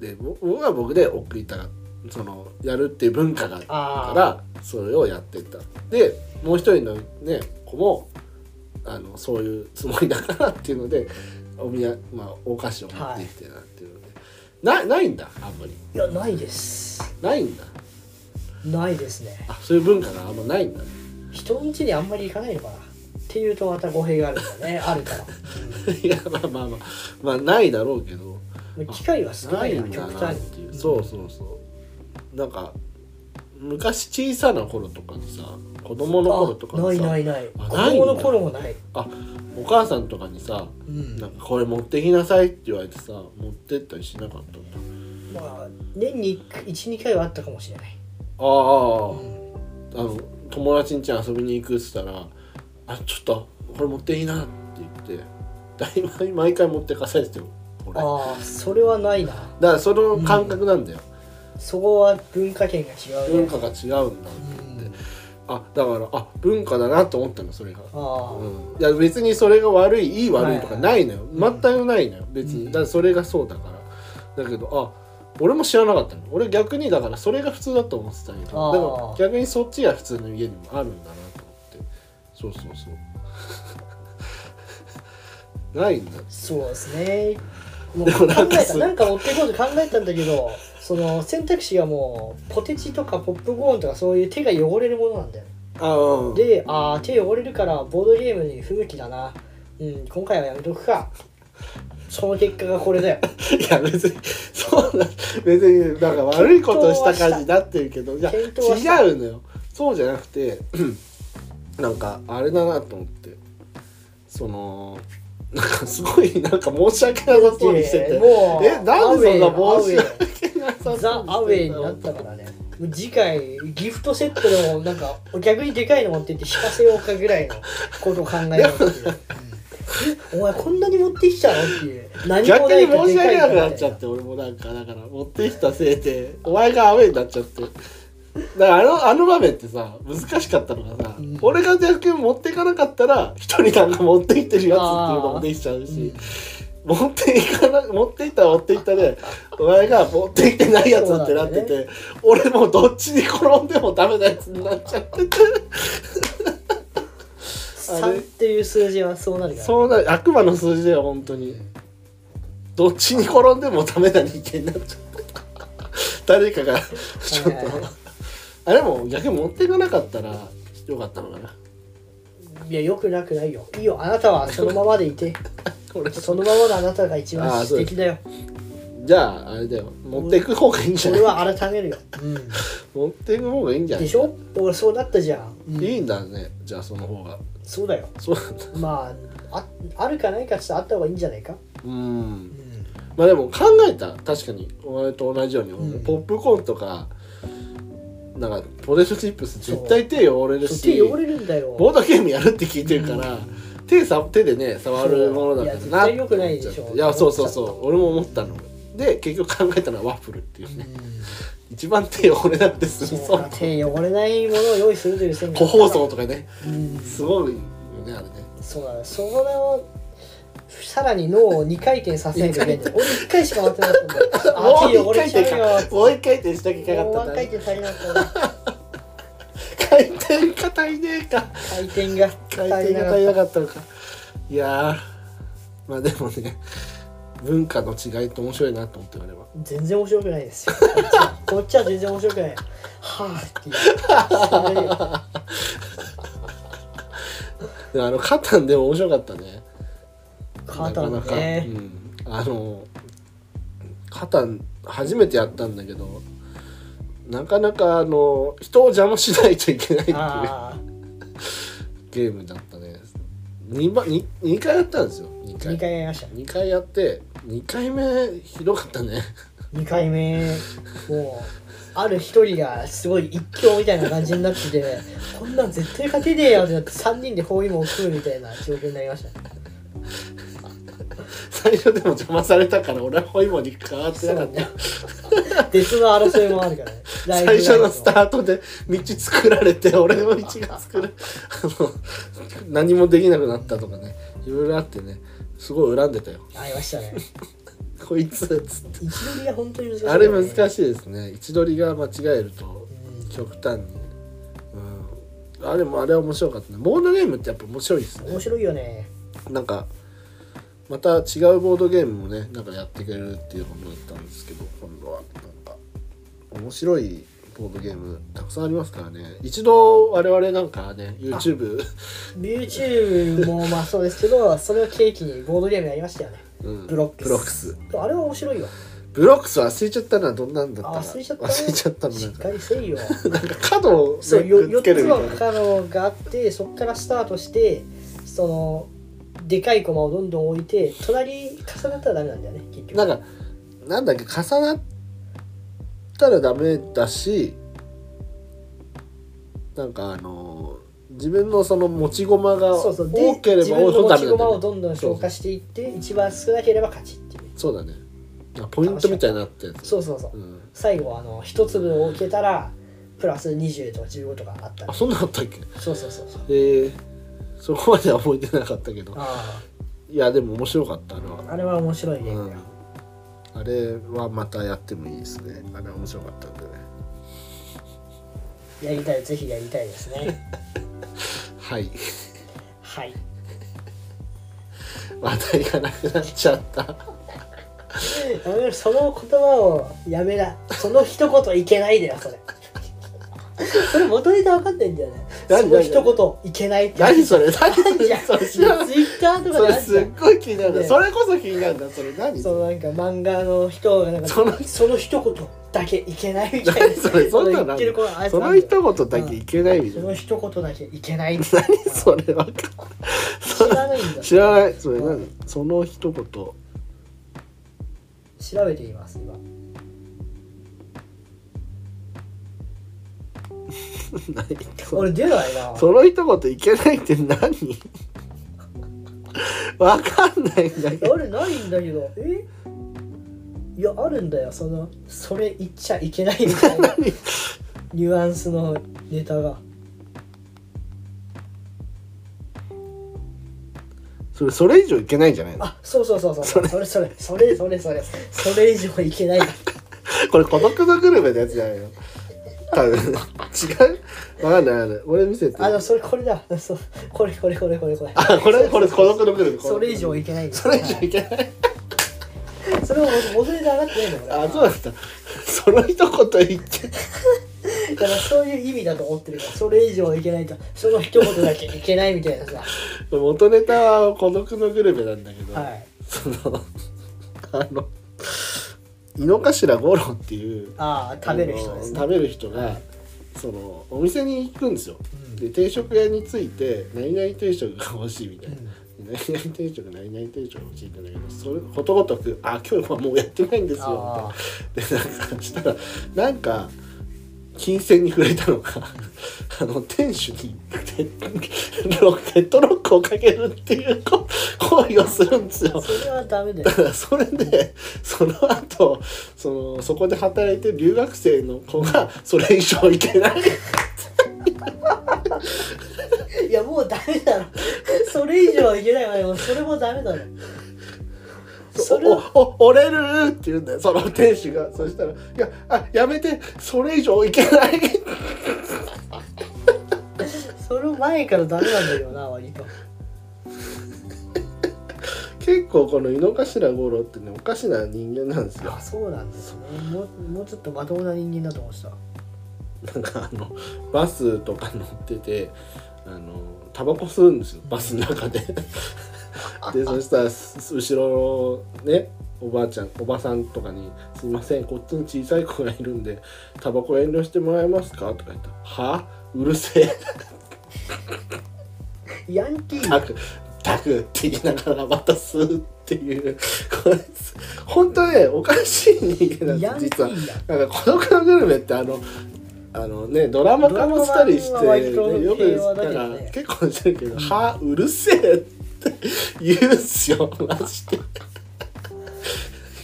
Speaker 2: でぼ僕は僕で送りたがそのやるっていう文化があるからそれをやってたでもう一人のね子もあのそういうつもりだからっていうのでおみや、まあ、お菓子を持ってきてなっていうので、なないんだあんまり
Speaker 1: いやないです
Speaker 2: ないんだ
Speaker 1: ないですね
Speaker 2: あそういう文化があんまないんだね
Speaker 1: 人ん家にあんまり行かないのかなっていうとまた語弊があるんだ ねあるから、
Speaker 2: いやまあまあまあまあないだろうけど
Speaker 1: うん機会は少
Speaker 2: な
Speaker 1: ない
Speaker 2: い
Speaker 1: なん
Speaker 2: だ
Speaker 1: 極
Speaker 2: なっ
Speaker 1: 端
Speaker 2: ていう、
Speaker 1: に
Speaker 2: そうそうそうなんか昔小さな頃とかにさ子供の頃とか
Speaker 1: あな
Speaker 2: に
Speaker 1: い
Speaker 2: さ
Speaker 1: ないない
Speaker 2: あ
Speaker 1: 子
Speaker 2: ないん
Speaker 1: 供
Speaker 2: だ
Speaker 1: の頃もない
Speaker 2: あお母さんとかにさ
Speaker 1: うん
Speaker 2: なんかこれ持ってきなさいって言われてさ持ってったりしなかったんだ
Speaker 1: まあ年に12回はあったかもしれない
Speaker 2: あああの友達ん家遊びに行くっつったら「あちょっとこれ持っていいな」って言って大体毎回持ってかされてる俺だか
Speaker 1: ああそれはないな
Speaker 2: らその感覚なんだよ、
Speaker 1: そこは文化圏が違うね
Speaker 2: 文化が違うんだ
Speaker 1: うん
Speaker 2: あだからあ文化だなと思ったのそれが、
Speaker 1: ああ、
Speaker 2: うん、いや別にそれが悪いいい悪いとかないのよ、
Speaker 1: はい
Speaker 2: 全くないのよ別
Speaker 1: うん
Speaker 2: にだからそれがそうだからだけどあ俺も知らなかったの俺逆にだからそれが普通だと思ってたんやけ
Speaker 1: あ
Speaker 2: ど
Speaker 1: ー
Speaker 2: だから逆にそっちが普通の家にもあるんだなと思ってそうそうそう ないんだ
Speaker 1: そうですねもう
Speaker 2: でも
Speaker 1: 考
Speaker 2: なんか
Speaker 1: えた
Speaker 2: す
Speaker 1: なんか持っていこうと考えたんだけどその選択肢がもうポテチとかポップコーンとかそういう手が汚れるものなんだよ
Speaker 2: あうん
Speaker 1: でああ手汚れるからボードゲームに不向きだなうん今回はやめとくかその結果がこれ だよ
Speaker 2: いや別にそうな別になんか悪いことをした感じになってるけどいや
Speaker 1: 検討はした
Speaker 2: 違うのよそうじゃなくて なんかあれだなと思ってそのなんかすごいなんか申し訳なさそうにして て
Speaker 1: もう
Speaker 2: えなんでそんな
Speaker 1: ア
Speaker 2: 帽子
Speaker 1: ウェイ
Speaker 2: なさそうにしてんだ
Speaker 1: ザ・アウェイになったからねもう次回ギフトセットでもなんか逆にでかいの持ってって引かせようかぐらいのことを考えなっていう、 うんえお前こんなに持ってきたのっていう何
Speaker 2: 逆
Speaker 1: い
Speaker 2: に
Speaker 1: けど
Speaker 2: 申し訳なくなっちゃ
Speaker 1: でかいからみたい
Speaker 2: って俺もなんかだから持ってきたせいでお前がアウェイになっちゃってだからあのあの場面ってさ難しかったのがさ、
Speaker 1: うん
Speaker 2: 俺が逆に持っていかなかったら一人なんか持っていってるやつっていうのもできちゃうし、持っていかな持っていったら持っていったでお前が持っていってないやつってなって
Speaker 1: そうなんだ
Speaker 2: て、俺もうどっちに転んでもダメなやつになっちゃっててあれ
Speaker 1: 3っていう数字はそうなるからね、
Speaker 2: そうな悪魔の数字だよ本当にどっちに転んでもダメな人間になっちゃった誰かがちょっと
Speaker 1: はいはいはい
Speaker 2: あれも逆に持っていかなかったらよかったのかない
Speaker 1: やよくなくないよいいよあなたはそのままでい て
Speaker 2: これ
Speaker 1: そのままのあなたが一
Speaker 2: あ
Speaker 1: 番
Speaker 2: ー
Speaker 1: 素
Speaker 2: そう
Speaker 1: 敵だよ
Speaker 2: じゃああれだよ持っていく方がいいんじ
Speaker 1: そ
Speaker 2: ゃな
Speaker 1: れ
Speaker 2: い
Speaker 1: は改めるよ、うん
Speaker 2: 持っていく方がいいんじゃな
Speaker 1: で
Speaker 2: い
Speaker 1: しょ俺そうなったじゃん、うん
Speaker 2: いいんだねじゃあその方が
Speaker 1: そうだよ
Speaker 2: そうなんだ
Speaker 1: まあああるかないかちょっとあった方がいいんじゃないか、
Speaker 2: うん
Speaker 1: うん
Speaker 2: まあでも考えた確かにお前と同じように、
Speaker 1: うん
Speaker 2: ポップコーンとかなんかポテトチップス絶対手汚れるし
Speaker 1: 手汚れるんだよ
Speaker 2: ボードゲームやるって聞いてるから、手さ手でね触るものだから
Speaker 1: そうい
Speaker 2: な
Speaker 1: や絶対良くないでしょ
Speaker 2: いやそうそうそう俺も思ったので結局考えたのはワッフルっていう
Speaker 1: う
Speaker 2: ね、
Speaker 1: ん
Speaker 2: 一番手汚れなくて済み
Speaker 1: そ
Speaker 2: そうう
Speaker 1: か手汚れないものを用意するという線
Speaker 2: 個包装とかね
Speaker 1: うん
Speaker 2: すごいよねあれね
Speaker 1: そうだねそれをさらに脳を2回転させないといけない俺1回しか回ってなかったんだよあ
Speaker 2: もう
Speaker 1: 手
Speaker 2: 一
Speaker 1: 汚
Speaker 2: 回
Speaker 1: れちゃ
Speaker 2: 転
Speaker 1: う
Speaker 2: か
Speaker 1: よ
Speaker 2: もう一回転したきゃいけな
Speaker 1: もう
Speaker 2: かっ
Speaker 1: 1
Speaker 2: たん
Speaker 1: 回転
Speaker 2: だ
Speaker 1: 足りなかったな
Speaker 2: 回転が足りねえか
Speaker 1: 回転が
Speaker 2: 回転が足りなかったのかいやーまあでもね文化の違いって面白いなと思ってあれは
Speaker 1: 全然面白くないですよこっちはこっちは全然面白くないはあっ ていうそれで
Speaker 2: でもあのカタンでも面白かったね
Speaker 1: カタンね
Speaker 2: なかなか、うん、あのカタン初めてやったんだけどなかなかあの人を邪魔しないといけないっていう
Speaker 1: ああ
Speaker 2: ゲームだったね 2, ば 2, 2回やったんですよ2
Speaker 1: 2
Speaker 2: 回
Speaker 1: 回やりました
Speaker 2: 2回やって2回目ひどかったね
Speaker 1: 2回目もうある一人がすごい一強みたいな感じになっててこんなん絶対勝てねえよってなって3人で包囲網を食うみたいな状況になりましたね
Speaker 2: 最初でも邪魔されたから俺はホイモに変わってなかった、
Speaker 1: 別の争いもあるからねライフラ
Speaker 2: 最
Speaker 1: イン
Speaker 2: 初のスタートで道作られて俺の道が作るあの何もできなくなったとかねいろいろあってねすごい恨んでたよ
Speaker 1: ありましたね
Speaker 2: こいつつって
Speaker 1: 位置取りが本当に難しい、ね、
Speaker 2: あれ難しい
Speaker 1: い、
Speaker 2: ですね位置取りが間違えると極端に、うん、あれもあれは面白かったねボードゲームってやっぱ面白いです
Speaker 1: うん、
Speaker 2: ね
Speaker 1: 面白いよね
Speaker 2: なんかまた違うボードゲームもねなんかやってくれるっていうことだったんですけど今度はなんか面白いボードゲームたくさんありますからね一度我々なんかね YouTube、
Speaker 1: YouTube もまあそうですけどそれを契機にボードゲームやりましたよね
Speaker 2: うん
Speaker 1: ブロックス
Speaker 2: ブロックス
Speaker 1: あれは面白いよ
Speaker 2: ブブロックス忘れちゃったのはどんなんだった
Speaker 1: あ
Speaker 2: か
Speaker 1: 忘れちゃった
Speaker 2: 忘れちゃったの
Speaker 1: し
Speaker 2: な
Speaker 1: っ
Speaker 2: んか
Speaker 1: かりせいよ
Speaker 2: なんか角をね
Speaker 1: そうよ
Speaker 2: くっつけ
Speaker 1: 4
Speaker 2: る
Speaker 1: つ
Speaker 2: みた
Speaker 1: の
Speaker 2: いな
Speaker 1: カロがあってそこからスタートしてそのでかい駒をどんどん置いて隣重なったらダメなんだよね結局
Speaker 2: なんかなんだっけ重なったらダメだしなんかあの自分のその持ち駒が
Speaker 1: そうそうで
Speaker 2: 多けれ
Speaker 1: 自
Speaker 2: ば
Speaker 1: 分
Speaker 2: 多い
Speaker 1: の
Speaker 2: ほど
Speaker 1: 持
Speaker 2: ダ
Speaker 1: ち
Speaker 2: メなん
Speaker 1: 駒
Speaker 2: だよ
Speaker 1: を
Speaker 2: ね
Speaker 1: どんどん消化していって一番少なければ勝ちっていう
Speaker 2: そうだねポイントみたいになってるやつ
Speaker 1: そうそうそう、
Speaker 2: うん
Speaker 1: 最後はあの一粒を置けたらプラス20とか15とかあった
Speaker 2: あ
Speaker 1: ら
Speaker 2: そんなのあったっけ
Speaker 1: そうそうそうそう
Speaker 2: えー、そこまでは覚えてなかったけど
Speaker 1: あ
Speaker 2: いやでも面白かったあれは
Speaker 1: ああれは面白いゲームだよ、
Speaker 2: あれはまたやってもいいですねあれは面白かったんでね
Speaker 1: やりたいぜひやりたいです ね
Speaker 2: はい
Speaker 1: はい
Speaker 2: 話題がなくなっちゃった
Speaker 1: やめろその言葉をやめなその一言いけないだよそれ それ元ネタ分かんないんだよねそ
Speaker 2: 何
Speaker 1: の一言いけないって
Speaker 2: 何それ 何そ
Speaker 1: じ
Speaker 2: れ
Speaker 1: ゃん
Speaker 2: それ
Speaker 1: ツイ
Speaker 2: 知らない
Speaker 1: ッターとか
Speaker 2: そ
Speaker 1: で
Speaker 2: れ
Speaker 1: ある
Speaker 2: す
Speaker 1: じゃ
Speaker 2: っ
Speaker 1: ん
Speaker 2: ごい気になるんだ
Speaker 1: ね
Speaker 2: それこそ気になるんだそれ何
Speaker 1: そのなんか漫画の人がなんか
Speaker 2: その
Speaker 1: その一言だけいけないみたい
Speaker 2: 何
Speaker 1: な
Speaker 2: それそんな
Speaker 1: 言
Speaker 2: の
Speaker 1: っ
Speaker 2: あ
Speaker 1: てる
Speaker 2: る
Speaker 1: 子があいつ
Speaker 2: そ
Speaker 1: な
Speaker 2: の
Speaker 1: んだよ
Speaker 2: 一言だけいけないみた
Speaker 1: そ
Speaker 2: い
Speaker 1: の
Speaker 2: な
Speaker 1: 一言だけいけないって
Speaker 2: 何それわかん
Speaker 1: 知らないんだ
Speaker 2: 知らないそれ何その一言
Speaker 1: 調べています今
Speaker 2: 何
Speaker 1: 俺出ないな
Speaker 2: その一言いけないって何わかんないんだけど
Speaker 1: 俺ないんだけどえいやあるんだよそのそれ言っちゃいけないみたいな
Speaker 2: 何
Speaker 1: ニュアンスのネタが
Speaker 2: それそれ以上いけないんじゃないの
Speaker 1: あそうそうそうそうそれそれそれそれそれそれそれ以上いけ ない
Speaker 2: これ孤独のグルメのやつじゃないの多分違うわかんないわかんない俺見せて
Speaker 1: あのそれこれだそうこれこれこれこれこれ
Speaker 2: あこれこれ孤独のグルメ
Speaker 1: それ以上いけない
Speaker 2: それ以上いけない
Speaker 1: はいそれを元ネタ上がってないんだよ
Speaker 2: あそうだったその一言言って
Speaker 1: 俺だからそういう意味だと思ってるからそれ以上いけないとその一言だけいけないみたいなさ
Speaker 2: 元ネタは孤独のグルメなんだけど、
Speaker 1: はい
Speaker 2: そのあの井の頭五郎っていう
Speaker 1: ああ食べる人です
Speaker 2: あの
Speaker 1: ね
Speaker 2: 食べる人がそのお店に行くんですよ、
Speaker 1: うん
Speaker 2: で定食屋について何々定食が欲しいみたいな、
Speaker 1: うん
Speaker 2: 何々定食何々定食が欲しいんだけどそれことごとく「あ今日はもうやってないんですよ
Speaker 1: あ」
Speaker 2: みたいなでなんかしたらなんか金銭に触れたのかあの店主にペットロックをかけるっていうこ行為をするんですよ。
Speaker 1: それはダメだよ
Speaker 2: だからそれでその後そのそこで働いてる留学生の子がそれ以上いけない
Speaker 1: いやもうダメだろ それ以上はいけないわよそれもダメだろそれは
Speaker 2: おお折れるって言うんだよその店主がそしたら「いやあやめてそれ以上いけない」
Speaker 1: その前からダメなんだよな割と
Speaker 2: 結構この井の頭五郎ってねおかしな人間なんですよ
Speaker 1: あそうなんですねもうもうちょっとまともな人間だと思ってた
Speaker 2: なんかあのバスとか乗っててあのタバコ吸うんですよバスの中ででそしたらす後ろのねおばあちゃんおばさんとかに「すいませんこっちに小さい子がいるんでタバコ遠慮してもらえますか?」とか言ったら「はうるせえ
Speaker 1: ヤンキー
Speaker 2: タクタク」って言いながらまた吸うっていう これ本当ねおかしい人間
Speaker 1: ヤ
Speaker 2: な
Speaker 1: ン
Speaker 2: ん
Speaker 1: キ
Speaker 2: です実は。
Speaker 1: ーやん
Speaker 2: なんか孤独のグルメってあのあのねドラマ化もしたりして、
Speaker 1: ドラマは割と
Speaker 2: ねよく
Speaker 1: 平和だけ
Speaker 2: だ
Speaker 1: ど
Speaker 2: か
Speaker 1: ね
Speaker 2: ら結構してるけど「はうるせえ」って言うんすよマジで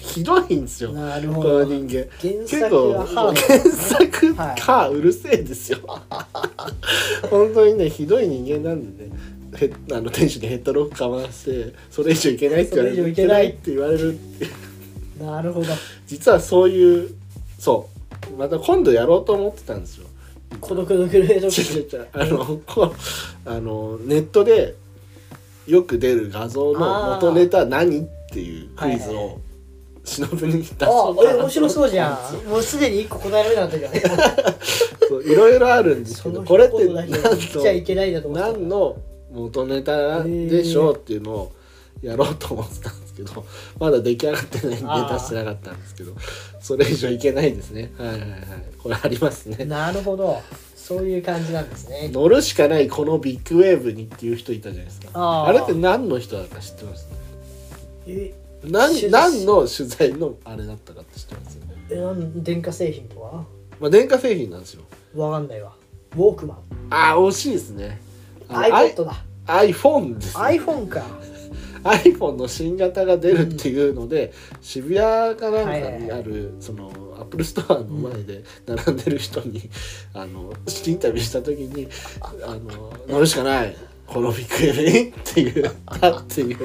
Speaker 2: ひどいんですよ
Speaker 1: なる
Speaker 2: こ
Speaker 1: ほ
Speaker 2: の
Speaker 1: ど
Speaker 2: 人間
Speaker 1: 原
Speaker 2: 結
Speaker 1: 作
Speaker 2: 構
Speaker 1: はハー
Speaker 2: 原作
Speaker 1: はい
Speaker 2: かうるせえですよ、本当にねひどい人間なんでねへあの店主にヘッドロックかましてそれ以上いけないって言われる
Speaker 1: それ以上いけない
Speaker 2: って言われるっていう
Speaker 1: ドなるほど
Speaker 2: 実はそういうそうまた今度やろうと思ってたんですよ。
Speaker 1: 孤独のグレード
Speaker 2: 違う違う違うあのこうあのネットでよく出る画像の
Speaker 1: あー
Speaker 2: 元ネタ何っていうクイズ
Speaker 1: はいはいは
Speaker 2: を忍に出そうか
Speaker 1: ああ
Speaker 2: な
Speaker 1: 面白そうじゃんもうすでに一個答えられなかったじゃん
Speaker 2: そういろいろあるんです
Speaker 1: そ
Speaker 2: けど
Speaker 1: の
Speaker 2: これって
Speaker 1: 一言だ
Speaker 2: 何
Speaker 1: け言っちゃい
Speaker 2: の
Speaker 1: けないんだと思ってた
Speaker 2: 何の元ネタでしょうっていうのをやろうと思ってたんですですけど まだ出来上がってないん
Speaker 1: あー
Speaker 2: で出してなかったんですけどそれ以上いけないですねはいはいはいこれありますね
Speaker 1: なるほどそういう感じなんですね
Speaker 2: 乗るしかないこのビッグウェーブにっていう人いたじゃないですか
Speaker 1: あー
Speaker 2: あれって何の人だか知ってます
Speaker 1: え
Speaker 2: 何
Speaker 1: 取材
Speaker 2: 何の取材のあれだったかって知ってます
Speaker 1: えなん電化製品とは
Speaker 2: まあ電化製品なんですよ
Speaker 1: わかんないわウォークマン
Speaker 2: ああ惜しいですねあの
Speaker 1: iPod だ
Speaker 2: I- iPhone です、ね、
Speaker 1: iPhone か
Speaker 2: iPhone の新型が出るっていうので、渋谷かなんかにあ
Speaker 1: はいはい
Speaker 2: るそのアップルストアの前で並んでる人に、あのインタビューした時に「あの乗るしかないこのビッグエレン」っ て言ったっていう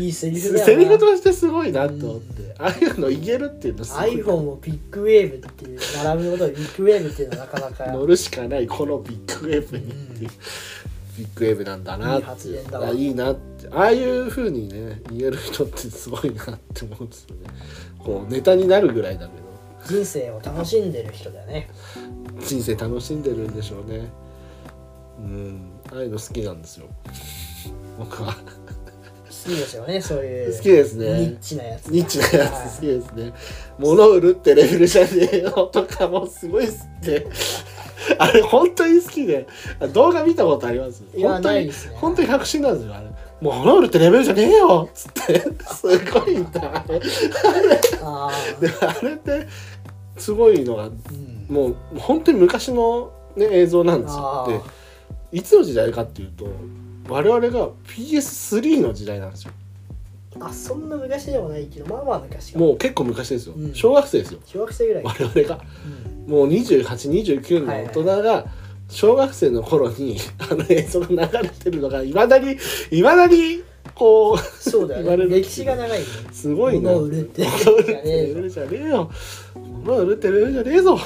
Speaker 1: いいセリフだよな
Speaker 2: セリフとしてすごいなと思って、ああいうの言えるっていうのすごい
Speaker 1: iPhone をビッグウェーブっていう並ぶことをビッグウェーブっていうのはなかなか
Speaker 2: 乗るしかないこのビッグウェーブにっていう、ビッグウェーブなんだなっ
Speaker 1: い
Speaker 2: て
Speaker 1: い発言だわ
Speaker 2: あいいなってああいうふうにね言える人ってすごいなって思うんですよねこうネタになるぐらいだけど
Speaker 1: 人生を楽しんでる人だよね
Speaker 2: 人生楽しんでるんでしょうねうんああいうの好きなんですよ僕は
Speaker 1: 好きですよねそういう
Speaker 2: 好きです
Speaker 1: ニ
Speaker 2: ね
Speaker 1: ッチなやつ
Speaker 2: ニッチなやつ好きですね。物を売るってレベルじゃねえよとかもすごい好きで。あれ本当に好きで動画見たことあります
Speaker 1: いや
Speaker 2: 本当
Speaker 1: ない
Speaker 2: に、
Speaker 1: ですね
Speaker 2: 本当に確信なんですよあれもう物を売るってレベルじゃねえよっつってすごいんだあれ
Speaker 1: ああ、
Speaker 2: であれってすごいのが
Speaker 1: うん、
Speaker 2: もう本当に昔の、ね、映像なんですよ
Speaker 1: あー
Speaker 2: でいつの時代かっていうと我々が PS3 の時代なんですよ
Speaker 1: あそんな昔でもないけどまあまあ昔か
Speaker 2: もう結構昔ですよ、
Speaker 1: うん
Speaker 2: 小学生ですよ
Speaker 1: 小学生ぐらいか、
Speaker 2: 我々が
Speaker 1: うん
Speaker 2: もう2829の大人が小学生の頃に あの映像が流れてるのがいまだにいまだにこう
Speaker 1: そうだ
Speaker 2: 言わ
Speaker 1: よ
Speaker 2: れ
Speaker 1: ね
Speaker 2: る
Speaker 1: 歴史が長いよね
Speaker 2: すごいな。
Speaker 1: 物を売るって
Speaker 2: 物を売るっ
Speaker 1: じゃねえ
Speaker 2: て
Speaker 1: ぞ
Speaker 2: 売るじゃねえよ。物を売るって売るじゃねえぞ。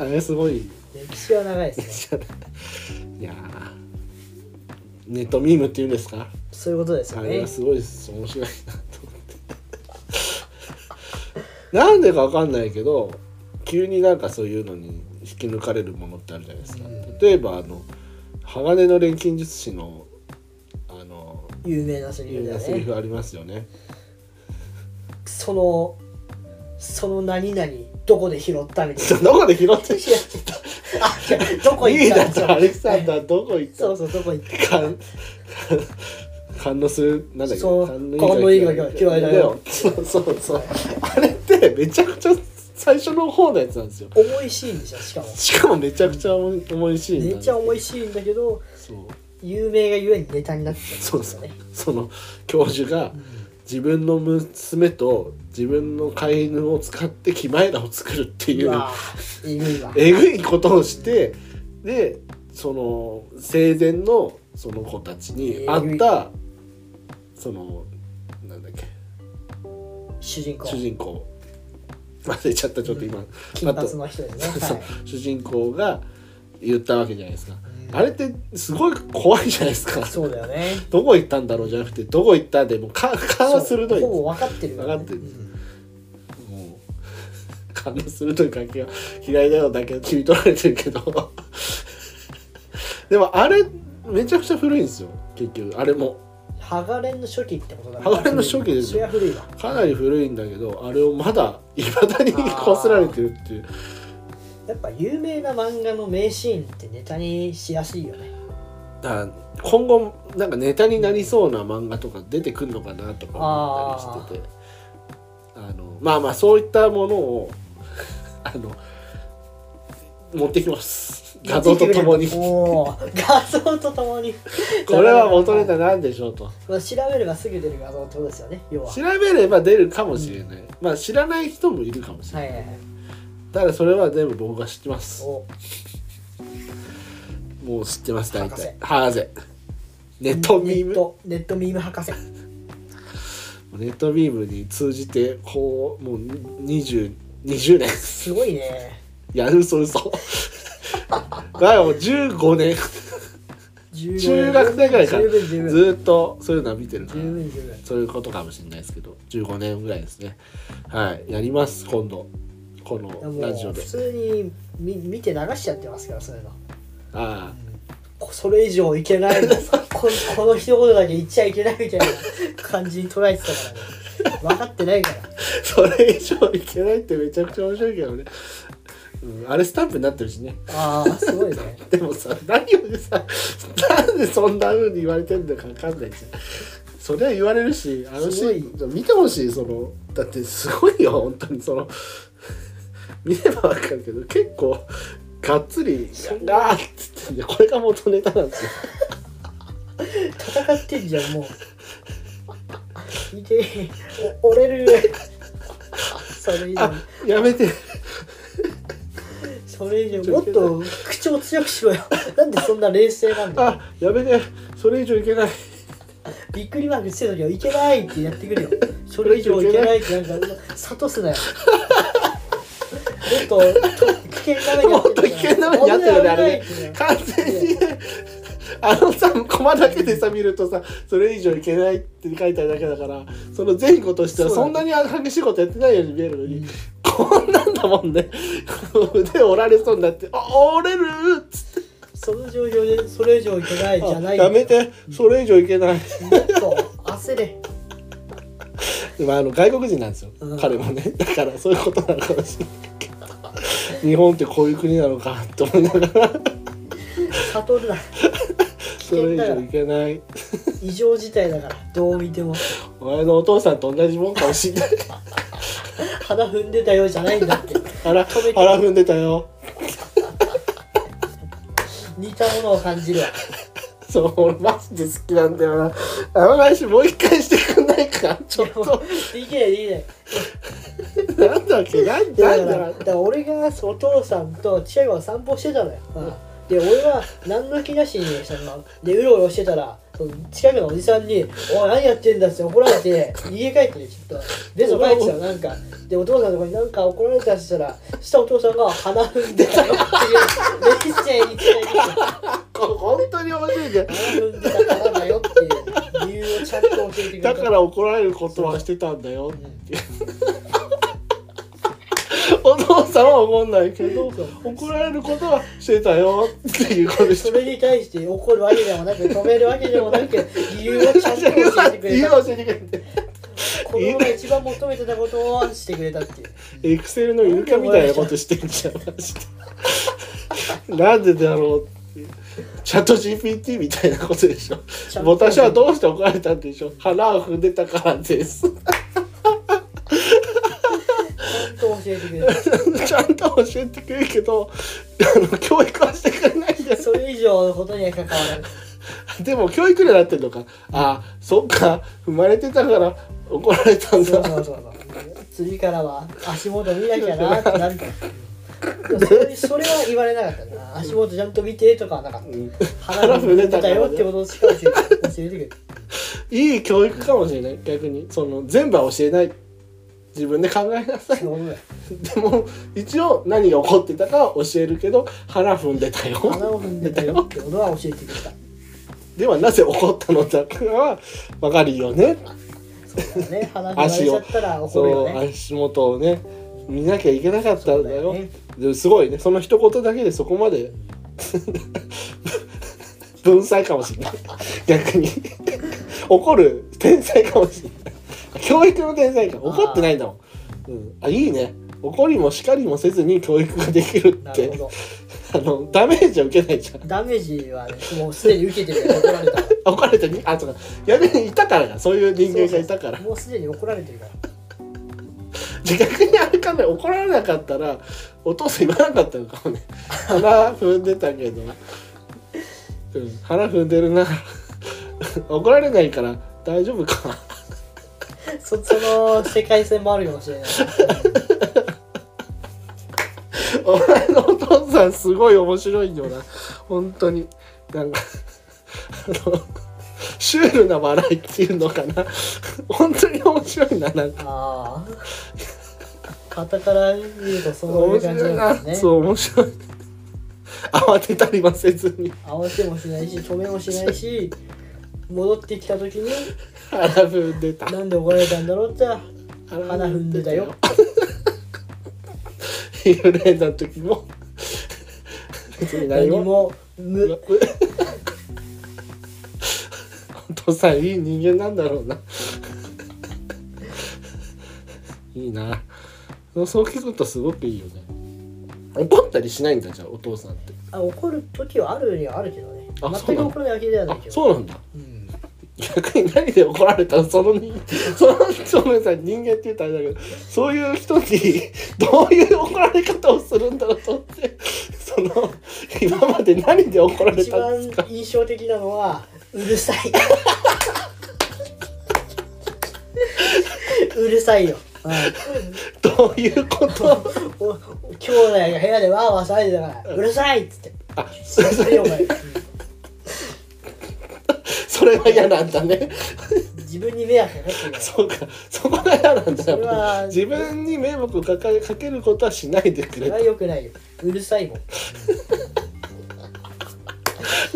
Speaker 2: あれすごい。
Speaker 1: 歴史は長い ですね
Speaker 2: いやーネットミームっていうんですか。
Speaker 1: そういうことですよ
Speaker 2: あれ
Speaker 1: ね
Speaker 2: はすごいです面白いなと思って。なんでかわかんないけど急になんかそういうのに引き抜かれるものってあるじゃないですか、
Speaker 1: うん
Speaker 2: 例えばあの鋼の錬金術師のあの
Speaker 1: 有名なセリ
Speaker 2: 有
Speaker 1: フ
Speaker 2: 名
Speaker 1: だ
Speaker 2: な
Speaker 1: よ
Speaker 2: セリ
Speaker 1: ね
Speaker 2: フありますよね
Speaker 1: そのその何々どこで拾ったみたいな
Speaker 2: どこで拾って
Speaker 1: いやあ違うどこ
Speaker 2: リ
Speaker 1: 行
Speaker 2: ー
Speaker 1: った
Speaker 2: ダ
Speaker 1: んで
Speaker 2: ー
Speaker 1: す
Speaker 2: とアレクサンダーどこ行った
Speaker 1: そ
Speaker 2: の
Speaker 1: うそうどこ行った
Speaker 2: かん感動するなんだっけ
Speaker 1: そう
Speaker 2: 感動以外
Speaker 1: 感動以外は嫌いだよ
Speaker 2: そうそうそうあれってめちゃくちゃ最初の方のやつなんですよ
Speaker 1: 重いシーンでしょしかも
Speaker 2: しかもめちゃくちゃ重い重いシーンなん
Speaker 1: め
Speaker 2: で
Speaker 1: っちゃ重いシーンだけど
Speaker 2: そう
Speaker 1: 有名がゆえにネタになってた
Speaker 2: そ
Speaker 1: ん
Speaker 2: う
Speaker 1: です
Speaker 2: そ
Speaker 1: よ
Speaker 2: う
Speaker 1: ね
Speaker 2: その教授が
Speaker 1: うん
Speaker 2: 自分の娘と自分の飼い犬を使ってキマエラを作るっていうう
Speaker 1: わえぐいわ
Speaker 2: えぐいことをしてでその生前のその子たちにあったそのなんだっけ
Speaker 1: 主人公
Speaker 2: 主人公忘れちゃったちょっと今、
Speaker 1: 金髪の人ですね
Speaker 2: そう
Speaker 1: はい
Speaker 2: 主人公が言ったわけじゃないですか、
Speaker 1: うん
Speaker 2: あれってすごい怖いじゃないですか
Speaker 1: そうだよね
Speaker 2: どこ行ったんだろうじゃなくてどこ行ったでもうか勘は鋭い
Speaker 1: そうほぼ分かってるよね
Speaker 2: 分かってる
Speaker 1: うん
Speaker 2: もう勘の鋭い関係は嫌いだよだけど切り取られてるけどでもあれめちゃくちゃ古いんですよ結局あれも
Speaker 1: ハガレンの初期ってことだね
Speaker 2: ハガレンの初期で
Speaker 1: そ
Speaker 2: すよ
Speaker 1: れは古いわ
Speaker 2: かなり古いんだけどあれをまだいまだにこすられてるっていう
Speaker 1: やっぱ有名な漫画の名シーンってネタにしやすいよね
Speaker 2: だから今後なんかネタになりそうな漫画とか出てくるのかなとか思ったりしててあのまあまあそういったものを あの持ってき ます画像とともにこ
Speaker 1: おー画像ととも に
Speaker 2: れは元ネタなんでしょうと
Speaker 1: まあ調べればすぐ出る画像ってことですよね要は
Speaker 2: 調べれば出るかもしれない、まあ知らない人もいるかもしれ
Speaker 1: は
Speaker 2: ない、
Speaker 1: いはいはい
Speaker 2: ただそれは全部僕が知ってます
Speaker 1: お
Speaker 2: もう知ってます大
Speaker 1: 博士
Speaker 2: 体ハーゼネットミー
Speaker 1: ネッ
Speaker 2: ム
Speaker 1: トネットミーム博士
Speaker 2: ネットミームに通じてこうもう2020 20年
Speaker 1: すごいね
Speaker 2: いや嘘嘘だよ15年
Speaker 1: 15
Speaker 2: 中学生ぐらいから
Speaker 1: 十
Speaker 2: ず
Speaker 1: 分十分
Speaker 2: ーっとそういうのは見てるか
Speaker 1: 十
Speaker 2: ら
Speaker 1: 分十分
Speaker 2: そういうことかもしれないですけど15年ぐらいですねはいやります今度こ
Speaker 1: いや
Speaker 2: の
Speaker 1: も
Speaker 2: ラジオ
Speaker 1: う
Speaker 2: で
Speaker 1: 普通に見見て流しちゃってますからそういうの
Speaker 2: ああ
Speaker 1: こそれ以上いけ ないのここの一言だけ言っちゃいけないみたいな感じに捉えてたからね分かってないから
Speaker 2: それ以上いけないってめちゃくちゃ面白いけどね、うん、あれスタンプになってるしね
Speaker 1: ああすごいね
Speaker 2: でもさ何をさなんでそんな風に言われてんのか分かんないじゃんそりゃ言われるしあのシーン見てほしいそのだってすごいよ本当にその見れば分かるけど結構がっつり「あーっつってんでこれが元ネタなんですよ
Speaker 1: 戦ってんじゃんもういてお折れるそれ以上
Speaker 2: あやめて
Speaker 1: それ以上もっと口を強くしろよなんでそんな冷静なんだよ
Speaker 2: あやめてそれ以上いけない
Speaker 1: びっくりマークしてる時はいけないってやってくるよそれ以上いけないってなんか諭すなよもっと危険な目にや
Speaker 2: も
Speaker 1: っ
Speaker 2: ってと危
Speaker 1: るじゃ
Speaker 2: 険
Speaker 1: ん
Speaker 2: な目にやってるよねあれ
Speaker 1: 危ない
Speaker 2: ね
Speaker 1: 危ない
Speaker 2: 完全にねあのさコマだけでさ見るとさそれ以上いけないって書いてあるだけだからその前後としては
Speaker 1: そ
Speaker 2: そ
Speaker 1: うんだ
Speaker 2: なに激しいことやってないように見えるのに、こんなんだもんね腕折られそうになって「あ折れる!」っつって
Speaker 1: その状況でそれ以上いけないじゃ
Speaker 2: あ
Speaker 1: ない
Speaker 2: やめてそれ以上いけない」
Speaker 1: もっと焦れ
Speaker 2: まあ、あの外国人なんですよ、
Speaker 1: うん
Speaker 2: 彼もねだからそういうことなのかもしれないけど日本ってこういう国なのかと思いながら
Speaker 1: 悟るな
Speaker 2: それ以上いけない
Speaker 1: 異常事態だからどう見ても
Speaker 2: お前のお父さんと同じもんかもしれない
Speaker 1: 鼻踏んでたよじゃないんだ って
Speaker 2: 腹
Speaker 1: 止めて
Speaker 2: 腹踏んでたよ
Speaker 1: 似たものを感じるわ
Speaker 2: そう俺マジで好きなんだよなあの話もう一回してくんないかちょっ
Speaker 1: でも
Speaker 2: と
Speaker 1: できないできない
Speaker 2: なんだっけなん
Speaker 1: でだ
Speaker 2: な
Speaker 1: か
Speaker 2: んだ
Speaker 1: らだから俺がお父さんと千代が散歩してたのよ、うんで俺は何の気なしにそのでうろうろしてたらその近くのおじさんに「おい何やってんだ」って怒られて逃げ帰ってねちょっとでその帰ってたのなんかでお父さんのとこになんか怒られたりしたらしたお父さんが鼻踏んでたよっていう冷静に伝えてきた
Speaker 2: 本当に面白いね
Speaker 1: 鼻踏んでたからだよっていう理由をちゃんと教えてくれた
Speaker 2: だから怒られることはしてたんだよっていうお父さんは怒んないけど怒られることはしてたよっていうことでし
Speaker 1: そ
Speaker 2: ょ
Speaker 1: れに対して怒るわけでもなく止めるわけでもなく理由をちゃんと教えてくれ
Speaker 2: 理由
Speaker 1: た
Speaker 2: を教えてくれて
Speaker 1: 子供が一番求めてたことをしてくれたっていう
Speaker 2: エクセルのイルカみたいなことしてんじゃんマジで なんでだろうってチャット GPT みたいなことでしょ
Speaker 1: チャット
Speaker 2: 私はどうして怒られたんでしょう腹を踏んでたからです
Speaker 1: ちゃんと教えてくれた
Speaker 2: ちゃんと教えてくれるけどあの教育はしてくれないんです
Speaker 1: それ以上のことには関わらない
Speaker 2: でも教育にはなってるのかあそっか踏まれてたから怒られたん
Speaker 1: そ
Speaker 2: だ
Speaker 1: うそうそうそう次からは足元見なきゃなってなるからそれそれは言われなかったな足元ちゃんと見てとかはなかった
Speaker 2: うん
Speaker 1: 腹に出てたよってことしか教えて教えてくれた
Speaker 2: いい教育かもしれない逆にその全部は教えない自分で考えなさい
Speaker 1: そういうことだよ
Speaker 2: でも一応何が起こってたかは教えるけど腹踏んでたよ
Speaker 1: 穴を踏んでたよってことは教えてくれた
Speaker 2: ではなぜ起こったのだかは分かるよね
Speaker 1: そうだね鼻踏まれちゃったら怒るよ
Speaker 2: そう
Speaker 1: ね
Speaker 2: 足元をね見なきゃいけなかった
Speaker 1: そ
Speaker 2: んだよ
Speaker 1: うだよね
Speaker 2: でもすごいねその一言だけでそこまで 文才かもしれない逆に怒る天才かもしれない教育の天才か怒ってないんだもんうん、あいいね怒りも叱りもせずに教育ができる
Speaker 1: な
Speaker 2: っ
Speaker 1: る
Speaker 2: て
Speaker 1: ほど
Speaker 2: あのダメージは受けないじゃん
Speaker 1: ダメージはねもうすでに受けてるから怒られたから
Speaker 2: 怒られたにあそうかやめにいたからだそういう人間がいたから
Speaker 1: もうすでに怒られてるから
Speaker 2: じゃあ逆にあれかね怒られなかったらお父さん言わなかったのかも ね腹踏んでたけど、うん、腹踏んでるな怒られないから大丈夫か
Speaker 1: そその世界線もあるかもしれない。
Speaker 2: お前のお父さんすごい面白いよな本当になんかあのシュールな笑いっていうのかな本当に面白いななんか
Speaker 1: ああ。肩から見るとそうい
Speaker 2: 面
Speaker 1: う感じ
Speaker 2: 白い
Speaker 1: な
Speaker 2: なん
Speaker 1: です
Speaker 2: そ
Speaker 1: ね。
Speaker 2: う面白い慌てたりはせずに
Speaker 1: 慌てもしないし、止めもしないし、戻ってきた時に、
Speaker 2: 腹踏んでた
Speaker 1: なんで怒られたんだろうって、
Speaker 2: 鼻
Speaker 1: 鼻踏んでたよ。
Speaker 2: インフルエンザの時も別に何
Speaker 1: 何
Speaker 2: も
Speaker 1: も無、
Speaker 2: うとさいい人間なんだろうないいなそう聞くとすごくいいよね怒ったりしないんだじゃあお父さんって
Speaker 1: あ怒る時はあるにはあるけどね
Speaker 2: あそう
Speaker 1: 全
Speaker 2: な
Speaker 1: く
Speaker 2: の
Speaker 1: 怒らないわけではな
Speaker 2: あ
Speaker 1: いけど
Speaker 2: そうなんだ
Speaker 1: うん
Speaker 2: 逆に何で怒られたのその 人その人ごめんなさい人間って言ったらあれだけどそういう人に どういう怒られ方をするんだろうと思ってその今まで何で怒られ
Speaker 1: 一
Speaker 2: たん
Speaker 1: 番
Speaker 2: ですか
Speaker 1: 印象的なのはうるさいうるさいよ、う
Speaker 2: どういうこと
Speaker 1: ん、お兄弟が部屋でわーわー騒いでたから「うるさい!」っつって「
Speaker 2: あ
Speaker 1: うるさいよお前、うん
Speaker 2: それは嫌なんだね
Speaker 1: 自分に迷惑かかってるから
Speaker 2: そうかそこが嫌なんだ
Speaker 1: それは
Speaker 2: 自分に迷惑をかかかけることはしないでく
Speaker 1: それ
Speaker 2: れ
Speaker 1: は良くないようるさいもん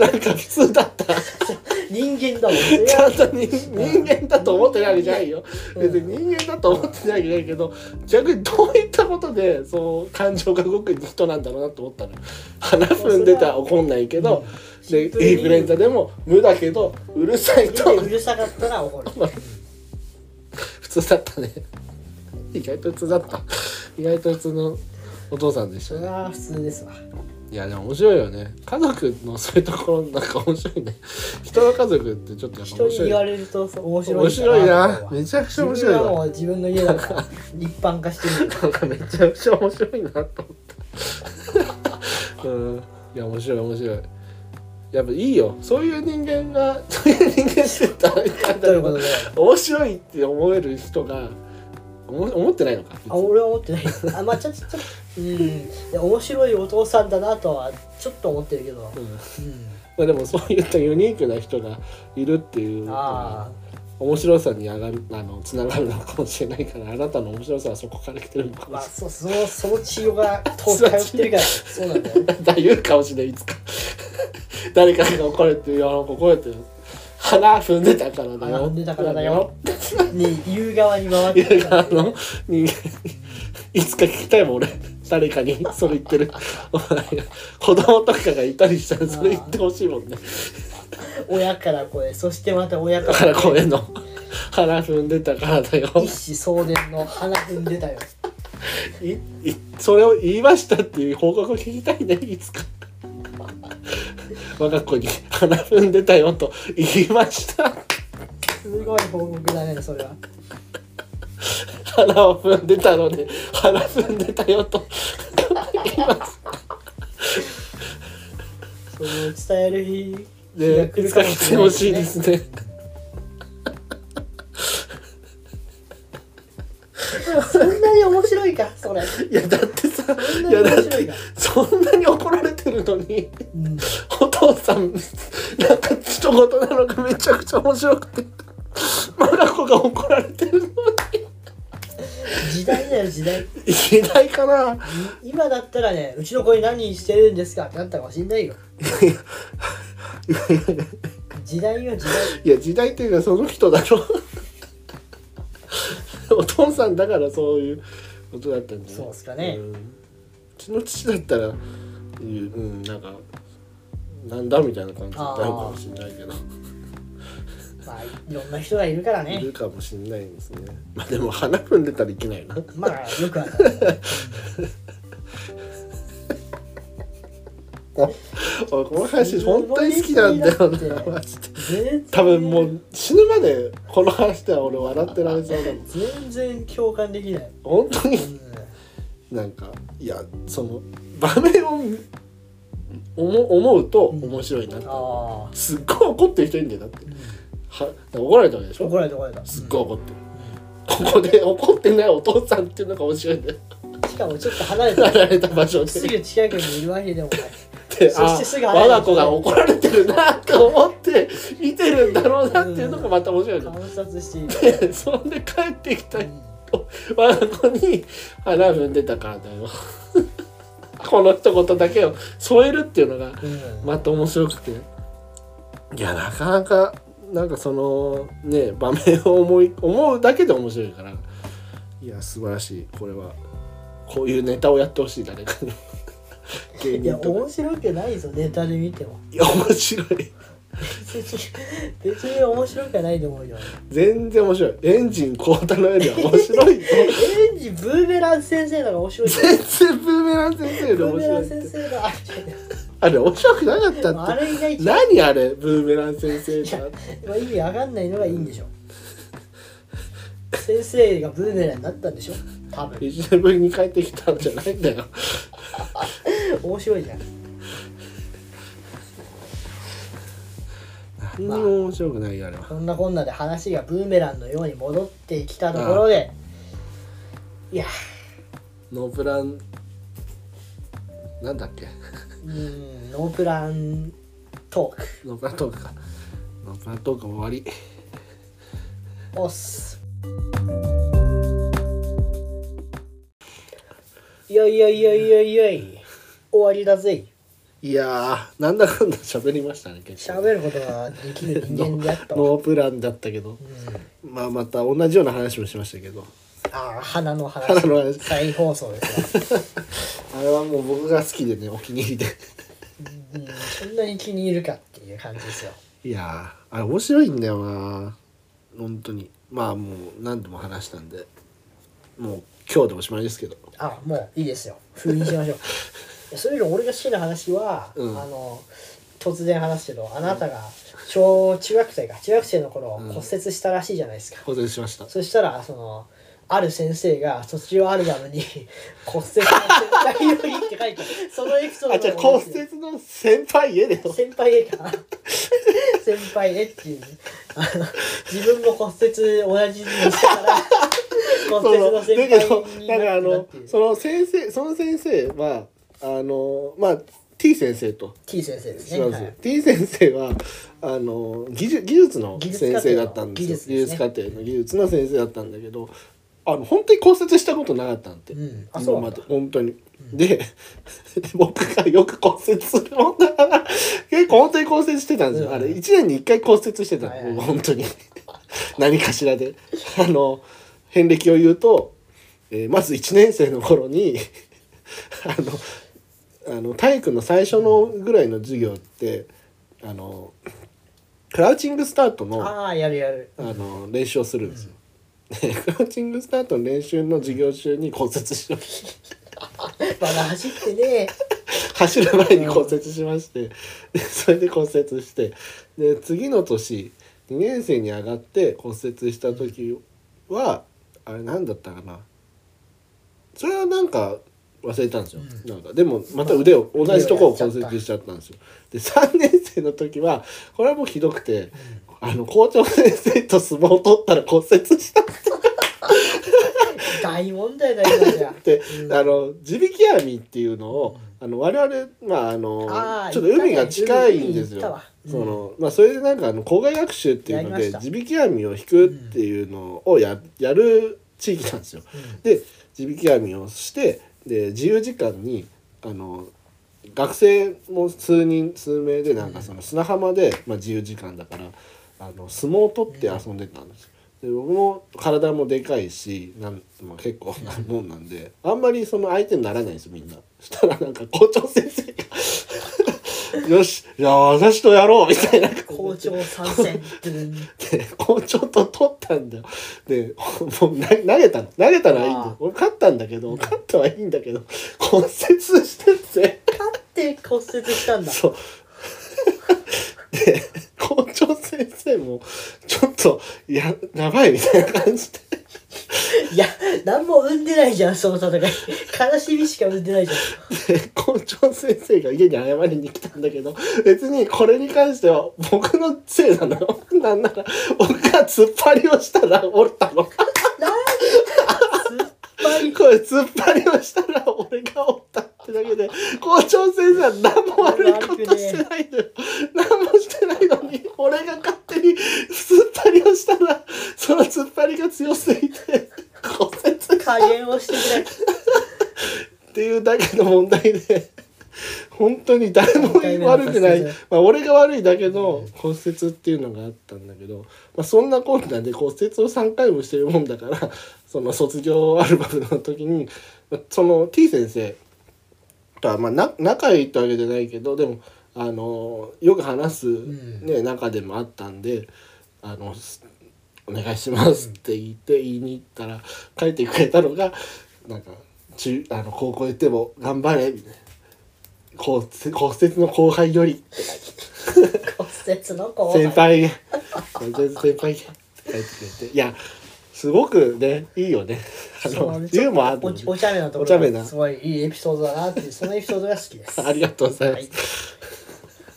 Speaker 2: なんか普通だった
Speaker 1: 人間だもんそれ
Speaker 2: ちゃ
Speaker 1: は
Speaker 2: んと人人間だと思ってないわけじゃないよ別に人間だと思ってないわけじゃないけど逆にどういったことでそう感情が動く人なんだろうなと思ったの鼻踏んでたら怒んないけどで
Speaker 1: シンプルに
Speaker 2: インフルエンザでも無だけどうるさい
Speaker 1: 家
Speaker 2: と
Speaker 1: でうるさかったら怒る
Speaker 2: 普通だったね意外と普通だった意外と普通のお父さんでし
Speaker 1: そ
Speaker 2: たね
Speaker 1: れは普通ですわ
Speaker 2: いやでも面白いよね家族のそういうところなんか面白いね人の家族ってちょっとやっぱ
Speaker 1: 人
Speaker 2: 面
Speaker 1: に
Speaker 2: 白い
Speaker 1: 言われるとそう面白い
Speaker 2: 面白い
Speaker 1: と思
Speaker 2: な
Speaker 1: うわ
Speaker 2: めちゃくちゃ面
Speaker 1: 自
Speaker 2: 白い
Speaker 1: 分は
Speaker 2: わ
Speaker 1: もう自分の家だから一般化して る
Speaker 2: なんかめちゃくちゃ面白いなと思った。うん、いや面白い面白い。やっぱいいよ。そういう人間がそういう人間してたみたい
Speaker 1: ということ
Speaker 2: な。
Speaker 1: で
Speaker 2: 面白いって思える人がおも思ってないのか。別に
Speaker 1: あ俺は思ってないあまあちょっとちょっとうんいや面白いお父さんだなとはちょっと思ってるけど、
Speaker 2: うんま
Speaker 1: うん、
Speaker 2: あでもそういったユニークな人がいるっていうこと
Speaker 1: あ
Speaker 2: が面白さにあがるあのつながるのかもしれないからあなたの面白さはそこから来てるのか
Speaker 1: あま
Speaker 2: も
Speaker 1: あ
Speaker 2: し
Speaker 1: そうそのその治療が通ってるからそうなんだ よ
Speaker 2: れない。だ言うかもしれないいつか 誰かが怒れって言うよ怒れてる鼻踏んでたからだよ。
Speaker 1: 鼻踏んでたからだよね言う側に回っ
Speaker 2: い
Speaker 1: て
Speaker 2: や
Speaker 1: るから
Speaker 2: あの人間いつか聞きたいもん俺誰かにそれ言 ってるお前子供とかがいたりしたらそれ言ってほしいもんね
Speaker 1: 親から声そしてまた親か
Speaker 2: だ
Speaker 1: ら
Speaker 2: から声の腹踏んでたからだよ
Speaker 1: 一子相伝の花踏んでたよ
Speaker 2: いいそれを言いましたっていう報告を聞きたいねいつか 我が子に腹踏んでたよと言いました
Speaker 1: すごい報告だねそれは
Speaker 2: 腹を踏んでたので腹踏んでた よと言います
Speaker 1: それを伝える日日が
Speaker 2: で、
Speaker 1: 来
Speaker 2: い
Speaker 1: る
Speaker 2: つ
Speaker 1: か
Speaker 2: か
Speaker 1: も
Speaker 2: 来
Speaker 1: してれ
Speaker 2: ほ
Speaker 1: ない
Speaker 2: しいですね。
Speaker 1: そんなに面白いかそれそ
Speaker 2: いや、だってさ、
Speaker 1: んない
Speaker 2: や、
Speaker 1: に
Speaker 2: だ
Speaker 1: 面
Speaker 2: っ
Speaker 1: 白い
Speaker 2: て
Speaker 1: か、
Speaker 2: そんなに怒られてるのに、
Speaker 1: うん
Speaker 2: お父さん、なんか、一言なのがめちゃくちゃ面白くて、マナコが怒られてるのに、
Speaker 1: 時代だよ時代
Speaker 2: いけないかな。
Speaker 1: 今だったらねうちの子に何してるんですかってなったかもしんないよ時代よ時代
Speaker 2: いや、時代っていうか、その人だろ。 お父さんだからそういうことだったんじゃない
Speaker 1: そうっすかね
Speaker 2: んうちの父だったら、うんうん、なんか、なんだみたいな感じになるかもしれないけど。
Speaker 1: まあいろんな人がいるから
Speaker 2: い
Speaker 1: ね
Speaker 2: るかもしれないですね。まあでも花踏んでたらいけないな。
Speaker 1: まあよくある
Speaker 2: おいこの話本当に好きなんだよ
Speaker 1: 自分の
Speaker 2: な。
Speaker 1: 好
Speaker 2: マジで
Speaker 1: 全然
Speaker 2: 多分もう死ぬまでこの話では俺笑ってられそうだもん。
Speaker 1: 全然共感できない、
Speaker 2: 本当
Speaker 1: う
Speaker 2: に
Speaker 1: ん、
Speaker 2: なんかいやその場面を思思うと面白いなって。
Speaker 1: ああ
Speaker 2: すっごい怒ってる人いるんだよだって。は怒られたわけでしょ
Speaker 1: 怒。られた怒られた
Speaker 2: すっごい怒ってる。ここで怒ってないお父さんっていうのが面白いんだよ。
Speaker 1: うんしかもちょっと離れ
Speaker 2: や
Speaker 1: た
Speaker 2: られた場所
Speaker 1: す
Speaker 2: で。
Speaker 1: ぐ近くにいるわけでもない
Speaker 2: って
Speaker 1: そ
Speaker 2: あ
Speaker 1: してすぐ
Speaker 2: 我が子が怒られてるなって思って見てるんだろうなっていうのがまた面白いの。
Speaker 1: 観察している、
Speaker 2: で そんで帰ってきた我が子に腹踏んでたからだよ。 この一言だけを添えるっていうのが
Speaker 1: うん
Speaker 2: また面白くて。いやなかなかなんかそのね場面を思い思うだけで面白いからいや素晴らしいこれはこういうネタをやってほしい誰かに 芸
Speaker 1: いや
Speaker 2: 人とか
Speaker 1: 面白くないぞネタで見ても
Speaker 2: いや面白い。
Speaker 1: 別に面白くはないと思うよ
Speaker 2: 全然面白いエンジン交代のよりは面白いよ
Speaker 1: エンジブーメラン先生の方が面白いよ
Speaker 2: 全然ブーメラン先生より
Speaker 1: ブー
Speaker 2: 面
Speaker 1: メラ
Speaker 2: 白
Speaker 1: ン先
Speaker 2: いって
Speaker 1: 生だ
Speaker 2: あれ面白くなかったって
Speaker 1: あれが一番
Speaker 2: 何あれブーメラン先生
Speaker 1: いや
Speaker 2: だ
Speaker 1: まあ意味わかんないのがいいんでしょ先生がブーメランになったんでしょ多分
Speaker 2: 1年ぶりに帰ってきたんじゃないんだよ
Speaker 1: 面白いじゃん
Speaker 2: 何にも面白くないよあれは
Speaker 1: そんなこんなで話がブーメランのように戻ってきたところでいや
Speaker 2: ノープランなんだっけ
Speaker 1: うーんノープラントーク
Speaker 2: ノープラントークかノープラントークも終わり
Speaker 1: おっすいやいやいやいやいやい終わりだぜ
Speaker 2: いやーなんだかんだ喋りましたね結構
Speaker 1: 喋ることができる人間であ ったわ、
Speaker 2: ノープランだったけど
Speaker 1: うん、
Speaker 2: まあまた同じような話もしましたけど
Speaker 1: ああ花の話
Speaker 2: 花の話
Speaker 1: 再放送ですわ
Speaker 2: あれはもう僕が好きでねお気に入りで
Speaker 1: うんそんなに気に入るかっていう感じですよ
Speaker 2: いやーあれ面白いんだよな本当にまあもう何度も話したんでもう今日でおしまいですけど
Speaker 1: あもういいですよ封印しましょ ういやそれより俺が好きな話は、
Speaker 2: うん
Speaker 1: あの突然話すけどあなたが小中学生か中学生の頃
Speaker 2: うん
Speaker 1: 骨折したらしいじゃないですか、
Speaker 2: 保全しました
Speaker 1: そしたらそのある先生が卒業アルバムに骨折は絶対よりって書いてあるそのエピソード
Speaker 2: あじゃあ骨折の先輩家でよ
Speaker 1: 先輩へか 先輩へっていうあの 自分も骨折同じにしたから
Speaker 2: そ
Speaker 1: 骨折
Speaker 2: の
Speaker 1: の
Speaker 2: だ
Speaker 1: 先
Speaker 2: けど
Speaker 1: 輩に
Speaker 2: なんか
Speaker 1: な
Speaker 2: あ
Speaker 1: っ
Speaker 2: の
Speaker 1: ていう
Speaker 2: その先生その先生はあのまあ T 先生と
Speaker 1: T 先生です
Speaker 2: し
Speaker 1: ね、
Speaker 2: ま
Speaker 1: は
Speaker 2: す、
Speaker 1: い
Speaker 2: T 先生はあの技術技術の
Speaker 1: 技
Speaker 2: 先
Speaker 1: 術課程の
Speaker 2: 生だったんで
Speaker 1: 技
Speaker 2: すよ技
Speaker 1: 術
Speaker 2: 術,、
Speaker 1: ですね
Speaker 2: 課程の技術の先生だったんだけどあの本当に骨折したことなかったんて、
Speaker 1: うんあそ
Speaker 2: 今
Speaker 1: うな
Speaker 2: ま
Speaker 1: んだ
Speaker 2: で本当に。で僕がよく骨折するもんだから結構本当に骨折してたんですよ、
Speaker 1: うん
Speaker 2: あれ1年に1回骨折してたの、
Speaker 1: はいはい
Speaker 2: 本当に 何かしらであの遍歴を言うと、えーまず1年生の頃に あのあの体育の最初のぐらいの授業ってあのクラウチングスタートのあ
Speaker 1: ああやるやる
Speaker 2: の練習をするんですよ。でクラウチングスタートの練習の授業中に骨折しまし
Speaker 1: まだ走ってね
Speaker 2: た走る前に骨折しましてでそれで骨折してで次の年2年生に上がって骨折した時はあれ何だったかなそれはなんか忘れたんですよ、
Speaker 1: う
Speaker 2: なんかでもまた腕を同じとこを骨折しちゃったんですよで3年生の時はこれはもうひどくてあの校長先生と相撲を取ったら骨折したっ
Speaker 1: 大問題だよ今じ ゃ
Speaker 2: て、
Speaker 1: うん
Speaker 2: あの地引き網っていうのをあの我々まああの
Speaker 1: あー
Speaker 2: ちょっと海が近いんです
Speaker 1: 行った
Speaker 2: よ
Speaker 1: わ。うん
Speaker 2: そのまあ、それでなんかあの校外学習っていうの
Speaker 1: やり
Speaker 2: で
Speaker 1: ま
Speaker 2: 地
Speaker 1: した
Speaker 2: 引き網を引くっていうのをややる地域なんですよ。
Speaker 1: うん
Speaker 2: で地引き網をしてで自由時間にあの学生も数人数名でなんかその砂浜で、まあ、自由時間だからあの相撲を取って遊んでたんですよ。で僕も体もでかいしなん、まあ、結構なもんなんであんまりその相手にならないんですよみんな。したらなんか校長先生がよしじゃあ私とやろう」みたいな
Speaker 1: 校長参戦ドゥン
Speaker 2: で校長と取ったんだよでもうな投げたの投げたのはいいんだ
Speaker 1: ああ
Speaker 2: よ俺勝ったんだけど勝ったはいいんだけど骨折してて
Speaker 1: 勝って骨折したんだ
Speaker 2: そう で校長先生もちょっとややばいみたいな感じで
Speaker 1: いや何も生んでないじゃんその戦い悲しみしか生んでないじゃん
Speaker 2: で校長先生が家に謝りに来たんだけど別にこれに関しては僕のせいなのよなんなら僕が突っ張りをしたら折ったの。
Speaker 1: はい
Speaker 2: これ突っ張りをしたら俺がおったってだけで校長先生は何も悪いことしてないのよ何もしてないのに俺が勝手に突っ張りをしたらその突っ張りが強すぎて骨折
Speaker 1: 加減をしてく
Speaker 2: っていうだけの問題で本当に誰も悪くない、
Speaker 1: 一回目の骨折
Speaker 2: まあ、俺が悪いだけの骨折っていうのがあったんだけど、まあ、そんなこんなで骨折を3回もしてるもんだからその卒業アルバムの時にその T 先生とはまあな仲いいってわけじゃないけどでもあのよく話す、
Speaker 1: ん
Speaker 2: ね中でもあったんで「あのすお願いします」って言って言いに行ったら帰ってくれたのがなんか中あの高校行っても頑張れみたいな骨折骨折の後輩より
Speaker 1: 骨折の後輩
Speaker 2: 先輩へ全然先輩へって書いてくれていやすごくねいいよねあ
Speaker 1: そう
Speaker 2: の
Speaker 1: ね
Speaker 2: ユーモアある
Speaker 1: お
Speaker 2: の
Speaker 1: ち
Speaker 2: ね
Speaker 1: おちゃめなとこ
Speaker 2: おちゃ
Speaker 1: ろ
Speaker 2: めな
Speaker 1: がすごいいいエピソードだなっていうそのエピソードが好きです
Speaker 2: ありがとうございま
Speaker 1: はい
Speaker 2: す、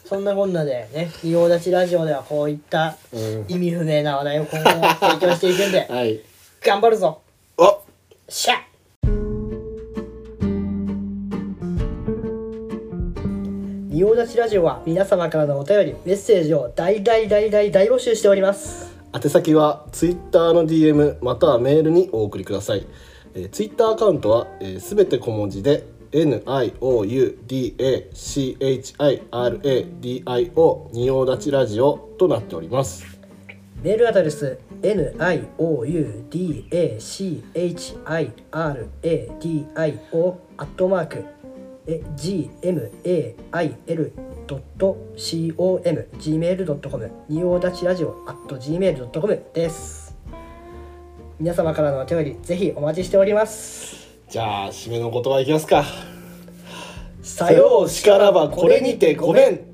Speaker 1: そんなこんなでね「仁王立ちラジオ」ではこういった
Speaker 2: うん
Speaker 1: 意味不明な話題を今後も提供していくんで
Speaker 2: はい
Speaker 1: 頑張るぞ
Speaker 2: お
Speaker 1: しゃ仁王立ちラジオは皆様からのお便りメッセージを大大大大大募集しております
Speaker 2: 宛先は Twitter の DM またはメールにお送りください、えー、Twitter アカウントはすべ、全て小文字で NIOUDACHIRADIO 仁王立ちラジオとなっております
Speaker 1: メールアドレス NIOUDACHIRADIO アットマーク gmail.com gmail.com ニオダチラジオ at gmail.com です皆様からのお便りぜひお待ちしております
Speaker 2: じゃあ締めの言葉いきますか
Speaker 1: さよう
Speaker 2: うしからばこれにてごめん